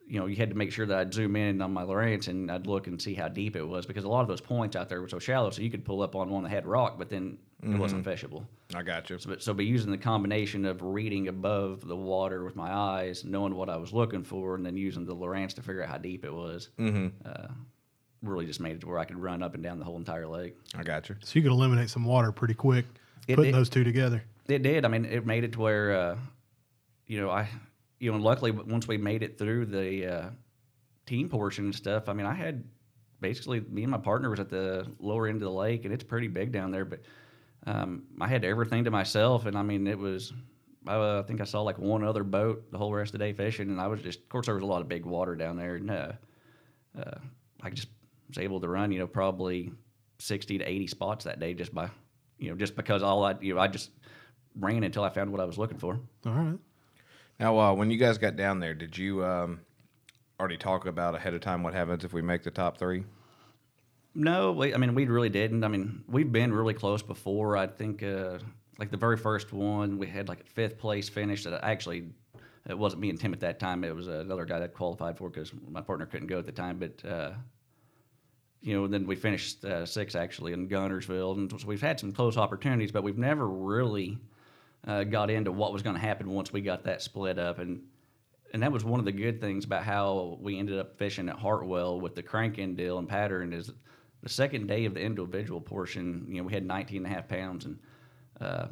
S5: you know, you had to make sure that I'd zoom in on my Lowrance and I'd look and see how deep it was because a lot of those points out there were so shallow, so you could pull up on one that had rock, but then it wasn't fishable.
S2: I got you.
S5: So, but, so by using the combination of reading above the water with my eyes, knowing what I was looking for, and then using the Lowrance to figure out how deep it was, uh, really just made it to where I could run up and down the whole entire lake.
S2: I got you.
S3: So you could eliminate some water pretty quick
S5: It-
S3: putting
S5: it-
S3: those two together.
S5: It did. I mean, it made it to where, uh, you know, I, you know, luckily once we made it through the uh, team portion and stuff, I mean, I had basically me and my partner was at the lower end of the lake, and it's pretty big down there, but um, I had everything to myself, and I mean, it was. I uh, think I saw like one other boat the whole rest of the day fishing, and I was just, of course, there was a lot of big water down there, and uh, uh, I just was able to run, you know, probably sixty to eighty spots that day just by, you know, just because all I, you know, I just ran until I found what I was looking for.
S3: All right.
S2: Now, uh, when you guys got down there, did you um, already talk about ahead of time what happens if we make the top three?
S5: No, we, I mean we really didn't. I mean we've been really close before. I think uh, like the very first one we had like a fifth place finish that I actually it wasn't me and Tim at that time. It was another guy that qualified for because my partner couldn't go at the time. But uh, you know then we finished uh, sixth actually in Gunnersville, and so we've had some close opportunities, but we've never really uh, got into what was going to happen once we got that split up and. And that was one of the good things about how we ended up fishing at Hartwell with the crank end deal and pattern is the second day of the individual portion, you know, we had 19 and a half pounds and uh,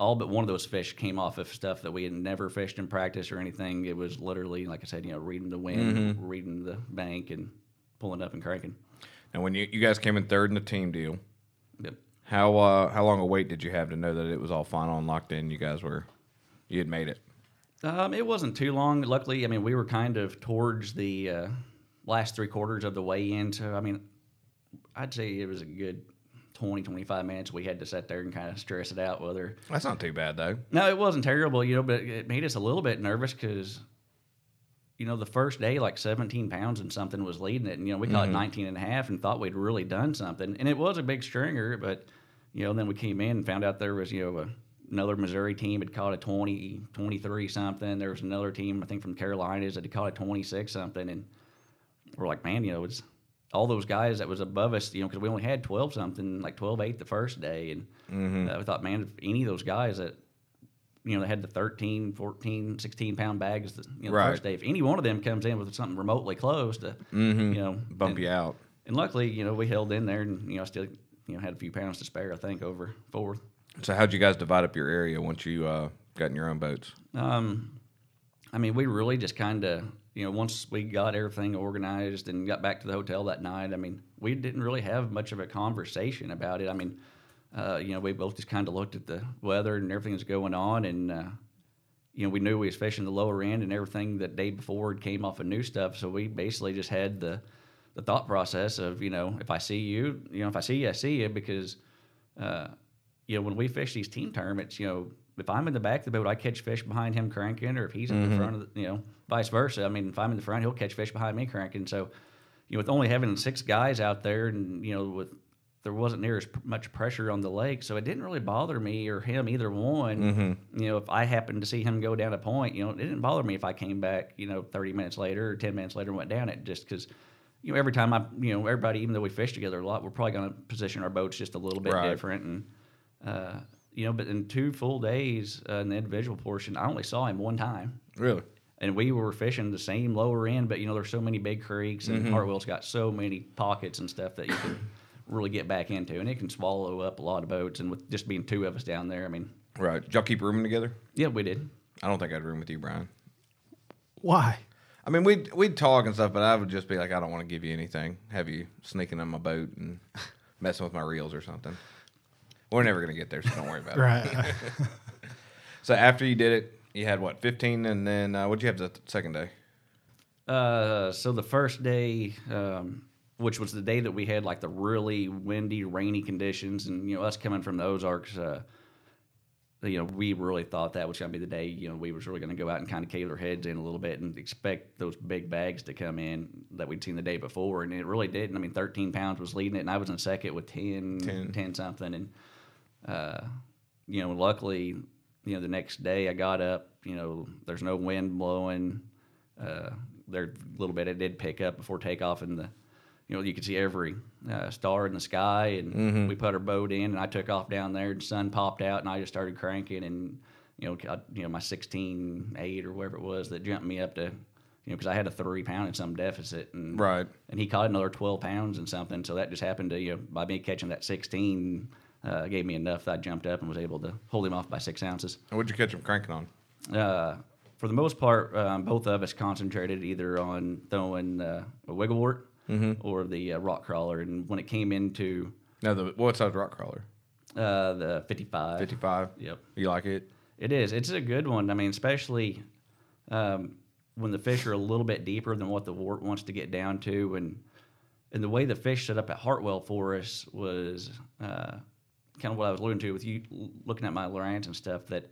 S5: all but one of those fish came off of stuff that we had never fished in practice or anything. It was literally, like I said, you know, reading the wind, reading the bank and pulling up and cranking.
S2: Now, when you, you guys came in third in the team deal,
S5: Yep.
S2: how uh, how long a wait did you have to know that it was all final and locked in? You guys were, you had made it.
S5: Um, it wasn't too long. Luckily, I mean, we were kind of towards the uh, last three quarters of the way in. So, I mean, I'd say it was a good 20, 25 minutes. We had to sit there and kind of stress it out whether
S2: That's not too bad though.
S5: No, it wasn't terrible, you know, but it made us a little bit nervous because, you know, the first day, like 17 pounds and something was leading it. And, you know, we caught 19 and a half and thought we'd really done something. And it was a big stringer, but, you know, then we came in and found out there was, you know, a, another Missouri team had caught a 20, 23 something. There was another team, I think from Carolinas, that had caught a 26 something. And we're like, man, you know, it's all those guys that was above us, you know, because we only had 12 something, like 12 8 the first day. And uh, we thought, man, if any of those guys that, you know, they had the 13, 14, 16 pound bags the, you know,
S2: Right.
S5: the first day, if any one of them comes in with something remotely close to, you know,
S2: Mm-hmm. Bump
S5: and,
S2: you out.
S5: And luckily, you know, we held in there and, you know, I still, you know, had a few pounds to spare, I think, over fourth.
S2: So, how'd you guys divide up your area once you uh, got in your own boats?
S5: Um, I mean, we really just kind of, you know, once we got everything organized and got back to the hotel that night, I mean, we didn't really have much of a conversation about it. I mean, uh, you know, we both just kind of looked at the weather and everything that's going on, and uh, you know, we knew we was fishing the lower end, and everything that day before had came off of new stuff. So we basically just had the the thought process of, you know, if I see you, you know, if I see you, I see you, because uh, you know, when we fish these team tournaments, you know, if I'm in the back of the boat, I catch fish behind him cranking, or if he's in the front of the, you know, vice versa. I mean, if I'm in the front, he'll catch fish behind me cranking. So, you know, with only having six guys out there and, you know, with there wasn't near as p- much pressure on the lake. So it didn't really bother me or him, either one. You know, if I happened to see him go down a point, you know, it didn't bother me if I came back, you know, 30 minutes later or 10 minutes later and went down it just because. You know, every time I, you know, everybody, even though we fish together a lot, we're probably going to position our boats just a little bit
S2: Right.
S5: different, and uh, you know, but in two full days uh, in the individual portion, I only saw him one time.
S2: Really?
S5: And we were fishing the same lower end, but you know, there's so many big creeks and Hartwell's got so many pockets and stuff that you can really get back into. And it can swallow up a lot of boats. And with just being two of us down there, I mean,
S2: Right. Did y'all keep rooming together?
S5: yeah, we did.
S2: I don't think I'd room with you, Brian.
S3: Why?
S2: I mean, we'd we'd talk and stuff, but I would just be like, I don't want to give you anything. Have you sneaking on my boat and messing with my reels or something? We're never gonna get there, so don't worry about it.
S3: Right.
S2: So after you did it, you had what fifteen, and then uh, what'd you have the th- second day?
S5: Uh, so the first day, um, which was the day that we had like the really windy, rainy conditions, and you know us coming from the Ozarks, uh, you know we really thought that was going to be the day. You know we was really going to go out and kind of cave our heads in a little bit and expect those big bags to come in that we'd seen the day before, and it really didn't. I mean, 13 pounds was leading it, and I was in second with 10, 10, something, and uh, you know, luckily, you know, the next day I got up, you know, there's no wind blowing. Uh, there a little bit it did pick up before takeoff and the you know, you could see every uh, star in the sky and we put our boat in and I took off down there and the sun popped out and I just started cranking and you know, I, you know, my 16, 8 or whatever it was that jumped me up to, you know, cause I had a three pound and some deficit and
S2: Right.
S5: and he caught another 12 pounds and something. So that just happened to, you know, by me catching that 16, uh, gave me enough that I jumped up and was able to hold him off by six ounces.
S2: And what'd you catch them cranking on?
S5: Uh, for the most part, um, both of us concentrated either on throwing uh, a wigglewort or the uh, rock crawler. And when it came into
S2: No, the what size rock crawler?
S5: uh, the 55,
S2: Fifty five.
S5: Yep.
S2: You like it?
S5: It is. It's a good one. I mean, especially um, when the fish are a little bit deeper than what the wart wants to get down to, and and the way the fish set up at Hartwell for us was uh, kind of what I was alluding to with you l- looking at my Lorraines and stuff. That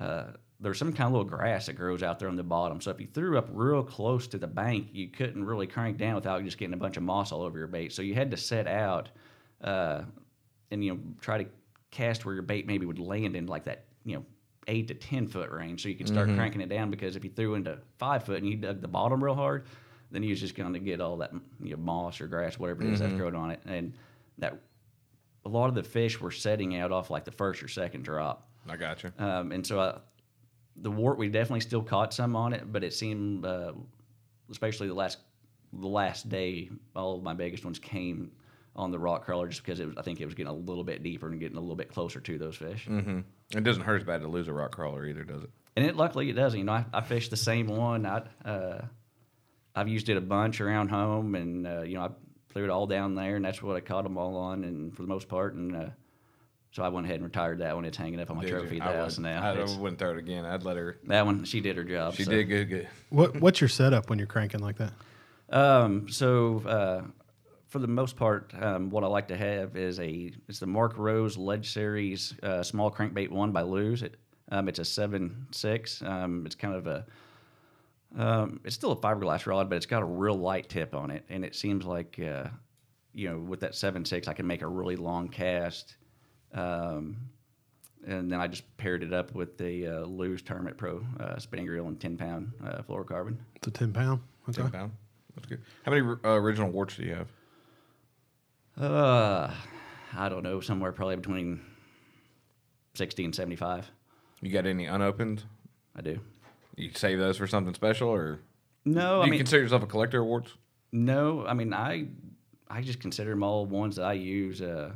S5: uh, there's some kind of little grass that grows out there on the bottom. So if you threw up real close to the bank, you couldn't really crank down without just getting a bunch of moss all over your bait. So you had to set out uh, and you know try to cast where your bait maybe would land in like that you know eight to ten foot range, so you could start cranking it down. Because if you threw into five foot and you dug the bottom real hard, then you was just going to get all that you know, moss or grass, whatever it is that's growing on it, and that a lot of the fish were setting out off like the first or second drop.
S2: I got you.
S5: Um, and so I, the wart, we definitely still caught some on it, but it seemed, uh, especially the last the last day, all of my biggest ones came on the rock crawler just because it was, I think it was getting a little bit deeper and getting a little bit closer to those fish.
S2: Mm. It doesn't hurt as bad to lose a rock crawler either, does it?
S5: And it luckily it doesn't. You know, I, I fished the same one. I uh, I've used it a bunch around home, and uh, you know I threw it all down there, and that's what I caught them all on, and for the most part, and uh, so I went ahead and retired that one. It's hanging up on my
S2: Did
S5: trophy
S2: you?
S5: at the
S2: I
S5: house
S2: would,
S5: now.
S2: I
S5: It's-
S2: wouldn't throw it again. I'd let her.
S5: that one, she did her job.
S2: She
S5: so.
S2: did good. Good.
S3: what What's your setup when you're cranking like that?
S5: Um, so uh, for the most part, um, what I like to have is a it's the Mark Rose Ledge Series uh, small crankbait one by Lose. It, um, it's a seven six. Um, it's kind of a um, it's still a fiberglass rod, but it's got a real light tip on it, and it seems like uh, you know with that seven six, I can make a really long cast. Um, and then I just paired it up with the uh, Lose Tournament Pro uh, spinning reel and ten pound uh, fluorocarbon.
S3: It's a ten pound. Okay.
S2: Ten pound. That's good. How many uh, original warts do you have?
S5: Uh, I don't know, somewhere probably between 60 and 75.
S2: You got any unopened?
S5: I do.
S2: You save those for something special, or do
S5: No, Oh, I
S2: you
S5: mean,
S2: consider yourself a collector of warts?
S5: no, I mean, I, I just consider them all ones that I use. Uh,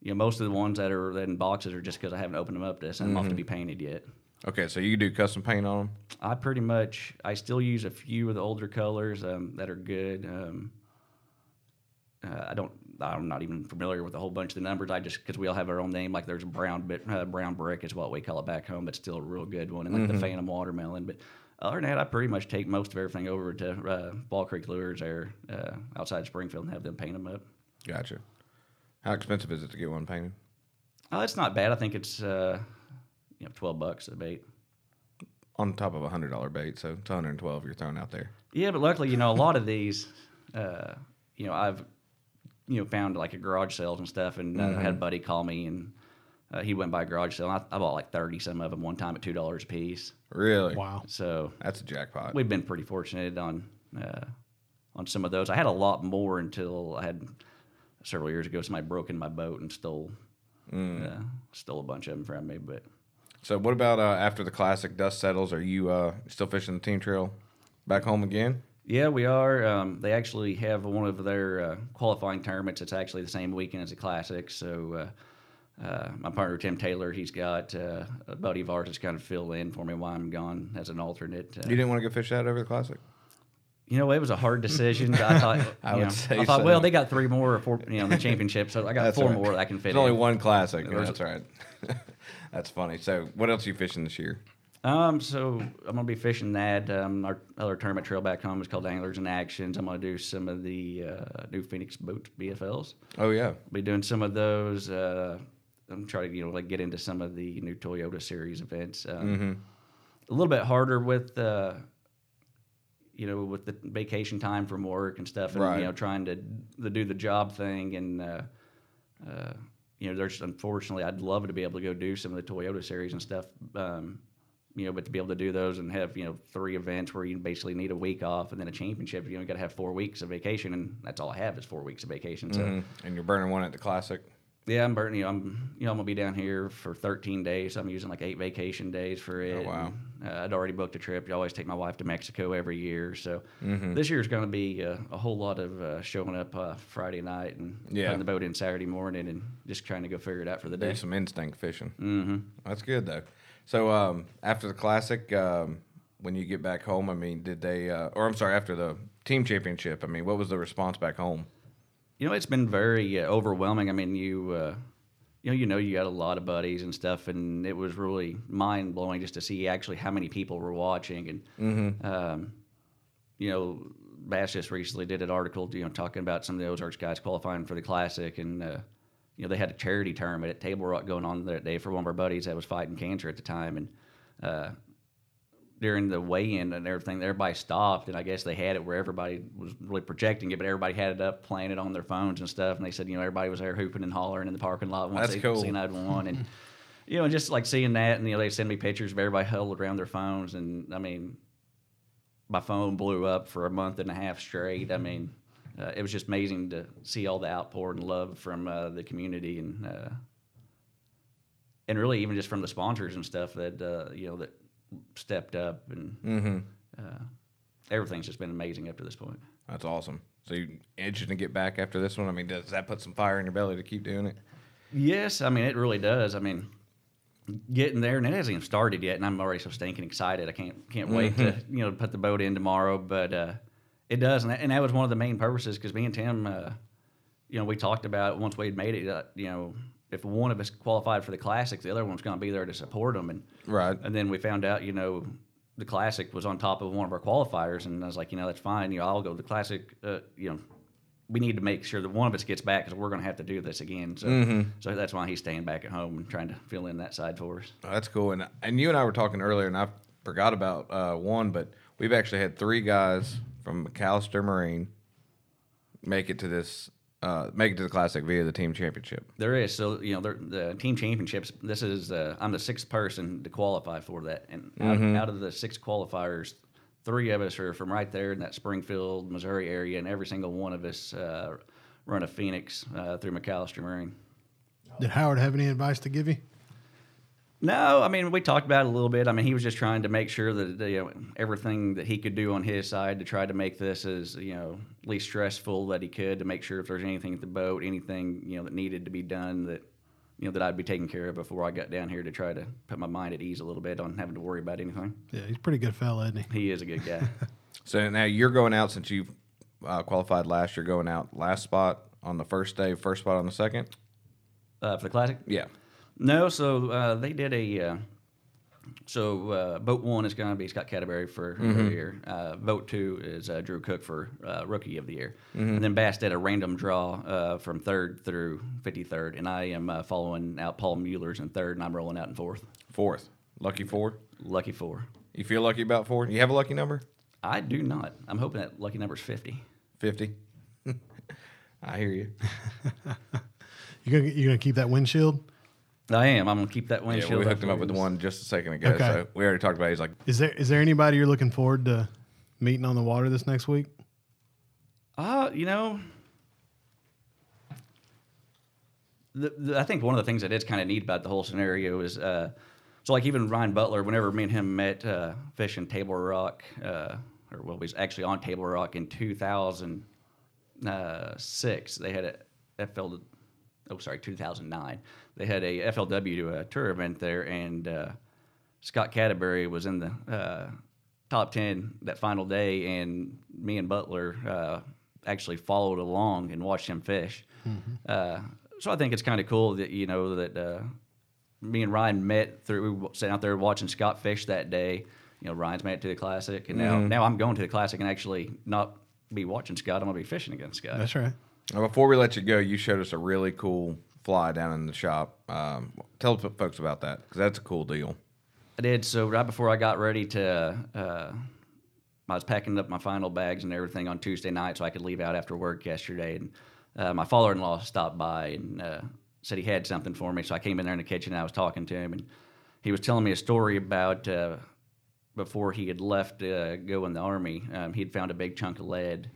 S5: you know, most of the ones that are in boxes are just because I haven't opened them up to send them off to be painted yet.
S2: Okay, so you do custom paint on them.
S5: I pretty much, I still use a few of the older colors um, that are good. Um, uh, I don't I'm not even familiar with a whole bunch of the numbers. I just because we all have our own name. Like there's brown bit, uh, brown brick is what we call it back home, but still a real good one. And like the Phantom watermelon. But other than that, I pretty much take most of everything over to uh, Ball Creek Lures there uh, outside Springfield and have them paint them up.
S2: Gotcha. How expensive is it to get one painted?
S5: Uh, it's not bad. I think it's uh, you know twelve bucks a bait.
S2: On top of a hundred dollar bait, so it's 112 you're throwing out there.
S5: Yeah, but luckily, you know, a lot of these, uh, you know, I've, you know, found like a garage sales and stuff, and uh, I had a buddy call me, and uh, he went by a garage sale. And I, I bought like thirty some of them one time at two dollars a piece.
S2: Really?
S3: Wow.
S5: So
S2: That's a jackpot.
S5: we've been pretty fortunate on uh, on some of those. I had a lot more until I had several years ago. Somebody broke in my boat and stole uh, stole a bunch of them from me, but.
S2: So what about uh, after the classic dust settles? Are you uh, still fishing the team trail back home again?
S5: Yeah, we are. Um, they actually have one of their uh, qualifying tournaments. It's actually the same weekend as the classic. So uh, uh, my partner Tim Taylor, he's got uh, a buddy of ours that's kind of fill in for me while I'm gone as an alternate. Uh,
S2: You didn't want to go fish out over the classic?
S5: you know, it was a hard decision. I thought,
S2: I
S5: you
S2: would
S5: know,
S2: say
S5: I thought,
S2: so.
S5: well, they got three more, or four, you know, the championship. So I got four
S2: right.
S5: more that I can fit.
S2: There's only
S5: in.
S2: one classic.
S5: There's-
S2: That's right. That's funny. So what else are you fishing this year?
S5: Um, so I'm gonna be fishing that. Um, our other tournament trail back home is called Anglers in Actions. I'm gonna do some of the uh, new Phoenix Boat BFLs.
S2: Oh yeah.
S5: be doing some of those. Uh, I'm trying to you know like get into some of the new Toyota series events. Um, A little bit harder with uh, you know with the vacation time from work and stuff, and
S2: Right.
S5: you know trying to the do the job thing and. Uh, uh, you know, there's unfortunately, I'd love to be able to go do some of the Toyota series and stuff. Um, you know, but to be able to do those and have you know three events where you basically need a week off and then a championship, you know, you got to have four weeks of vacation, and that's all I have is four weeks of vacation. So
S2: Mhm. And you're burning one at the classic.
S5: yeah, I'm burning. You know, I'm you know I'm gonna be down here for 13 days. I'm using like eight vacation days for it.
S2: Oh, wow.
S5: And, uh, I'd already booked a trip. I always take my wife to Mexico every year, so
S2: Mm-hmm.
S5: this year's gonna be uh, a whole lot of uh, showing up uh, Friday night and
S2: Yeah.
S5: putting the boat in Saturday morning and just trying to go figure it out for the day.
S2: Do some instinct fishing. Mm-hmm. That's good though. So um, after the classic, um, when you get back home, I mean, did they? Uh, or I'm sorry, after the team championship, I mean, what was the response back home?
S5: You know, it's been very uh, overwhelming. I mean, you, uh, you know, you know, you got a lot of buddies and stuff, and it was really mind blowing just to see actually how many people were watching. And, um, you know, Bass just recently did an article, you know, talking about some of the Ozarks guys qualifying for the classic, and uh, you know, they had a charity tournament at Table Rock going on that day for one of our buddies that was fighting cancer at the time, and. Uh, during the weigh-in and everything, everybody stopped, and I guess they had it where everybody was really projecting it, but everybody had it up, playing it on their phones and stuff. And they said, you know, everybody was there hooping and hollering in the parking lot once
S2: That's
S5: they
S2: cool.
S5: seen I'd won, and you know, and just like seeing that, and you know, they send me pictures of everybody huddled around their phones, and I mean, my phone blew up for a month and a half straight. I mean, uh, it was just amazing to see all the outpour and love from uh, the community and uh, and really even just from the sponsors and stuff that uh, you know that stepped up and uh, everything's just been amazing up to this point.
S2: That's awesome. So you itching to get back after this one? I mean, does that put some fire in your belly to keep doing it?
S5: Yes, I mean it really does. I mean, getting there and it hasn't even started yet, and I'm already so stinking excited. I can't can't wait to you know put the boat in tomorrow. But uh, it does, and that, and that was one of the main purposes because me and Tim, uh, you know, we talked about once we had made it. Uh, you know, if one of us qualified for the classic, the other one's going to be there to support them. And
S2: Right.
S5: and then we found out, you know, the classic was on top of one of our qualifiers, and I was like, you know, that's fine. You know, I'll go to the classic. Uh, you know, we need to make sure that one of us gets back because we're going to have to do this again. So, so that's why he's staying back at home and trying to fill in that side for us.
S2: Oh, that's cool. And and you and I were talking earlier, and I forgot about uh, one, but we've actually had three guys from McAllister Marine make it to this, uh, make it to the classic via the team championship.
S5: There is so you know there, the team championships. This is uh, I'm the sixth person to qualify for that, and out, out of the six qualifiers, three of us are from right there in that Springfield, Missouri area, and every single one of us uh, run a Phoenix uh, through McAllister Marine.
S3: Did Howard have any advice to give you?
S5: No, I mean we talked about it a little bit. I mean he was just trying to make sure that you know everything that he could do on his side to try to make this as you know least stressful that he could to make sure if there's anything at the boat, anything you know that needed to be done that you know that I'd be taken care of before I got down here to try to put my mind at ease a little bit on having to worry about anything.
S3: Yeah, he's a pretty good fella, isn't he?
S5: He is a good guy.
S2: So now you're going out since you uh, qualified last. You're going out last spot on the first day, first spot on the second?
S5: uh, for the classic.
S2: Yeah.
S5: No, so uh, they did a. Uh, so uh, boat one is going to be Scott Catterberry for rookie of
S2: Mm-hmm.
S5: the year. Uh, boat two is uh, Drew Cook for uh, rookie of the year.
S2: Mm-hmm.
S5: And then Bass did a random draw uh, from third through fifty third, and I am uh, following out Paul Mueller's in third, and I'm rolling out in fourth.
S2: Fourth. Lucky four.
S5: Lucky four.
S2: You feel lucky about four? You have a lucky number?
S5: I do not. I'm hoping that lucky number's fifty.
S2: 50. I hear you.
S3: You gonna you gonna keep that windshield?
S5: I am. I'm gonna keep that
S2: Yeah,
S5: windshield.
S2: we hooked him up
S5: afterwards.
S2: with the one just a second ago.
S3: Okay.
S2: So we already talked about it. He's like,
S3: Is there is there anybody you're looking forward to meeting on the water this next week?
S5: Uh, you know, the, the, I think one of the things that is kind of neat about the whole scenario is, uh, so like even Ryan Butler, whenever me and him met uh, fishing Table Rock, uh, or well, he's actually on Table Rock in 2006, they had a FL, oh sorry, 2009, they had a FLW uh, tour event there, and uh, Scott Catterberry was in the uh, top 10 that final day, and me and Butler uh, actually followed along and watched him fish. Uh, so I think it's kind of cool that, you know, that uh, me and Ryan met through, we w- sat out there watching Scott fish that day. You know, Ryan's made it to the Classic, and now, now I'm going to the Classic and actually not be watching Scott. I'm going to be fishing against Scott.
S3: That's right.
S2: Now, before we let you go, you showed us a really cool fly down in the shop. Um, tell the folks about that because that's a cool deal.
S5: I did. So right before I got ready to, uh, I was packing up my final bags and everything on Tuesday night so I could leave out after work yesterday. And uh, my father-in-law stopped by and uh, said he had something for me. So I came in there in the kitchen. And I was talking to him, and he was telling me a story about uh, before he had left uh, go in the army. Um, he'd found a big chunk of lead,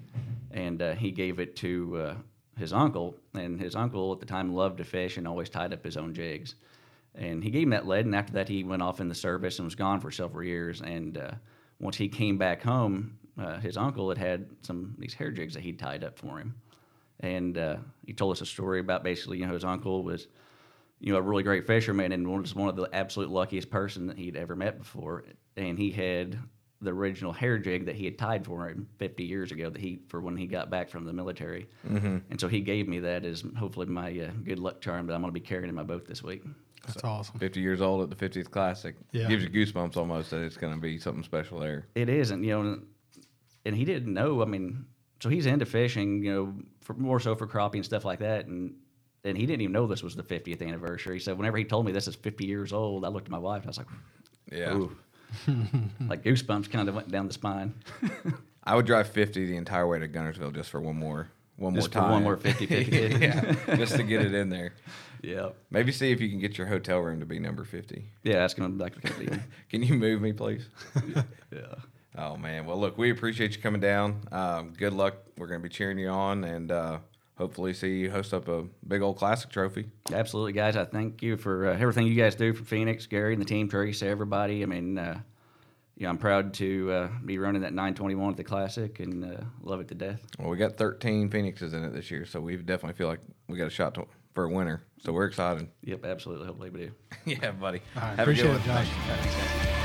S5: and uh, he gave it to uh, his uncle. And his uncle at the time loved to fish and always tied up his own jigs and he gave him that lead. And after that, he went off in the service and was gone for several years. And uh, once he came back home, uh, his uncle had had some of these hair jigs that he tied up for him. And uh, he told us a story about basically, you know, his uncle was, you know, a really great fisherman and was one of the absolute luckiest person that he'd ever met before. And he had the original hair jig that he had tied for him 50 years ago that he for when he got back from the military. And so he gave me that as hopefully my uh, good luck charm that I'm going to be carrying in my boat this week.
S3: That's awesome.
S2: 50 years old at the 50th Classic.
S3: Yeah.
S2: Gives you goosebumps almost that it's going to be something special there.
S5: it is, and you know, and he didn't know. I mean, so he's into fishing, you know, for more so for crappie and stuff like that, and and he didn't even know this was the 50th anniversary. So whenever he told me this is 50 years old, I looked at my wife and I was like,
S2: Yeah.
S5: ooh. like goosebumps kind of went down the spine.
S2: I would drive 50 the entire way to Gunnersville just for one more one
S5: Just
S2: more
S5: for
S2: time.
S5: one more 50 50.
S2: yeah, just to get it in there.
S5: yeah.
S2: Maybe see if you can get your hotel room to be number 50.
S5: Yeah, that's going to like gonna be.
S2: Can you move me, please?
S5: Yeah.
S2: Oh man, well look, we appreciate you coming down. Um, good luck. We're gonna be cheering you on, and uh, hopefully see you host up a big old classic trophy.
S5: Absolutely, guys. I thank you for uh, everything you guys do for Phoenix, Gary, and the team, Teresa, everybody. I mean, uh, you know, I'm proud to uh, be running that 921 at the Classic and uh, love it to death.
S2: Well, we got 13 Phoenixes in it this year, so we definitely feel like we got a shot to, for a winner. So we're excited.
S5: Yep, absolutely. Hopefully we do.
S2: yeah, buddy.
S3: I
S2: Have a good
S3: appreciate
S2: one.
S3: it, Josh.
S5: Thanks, guys.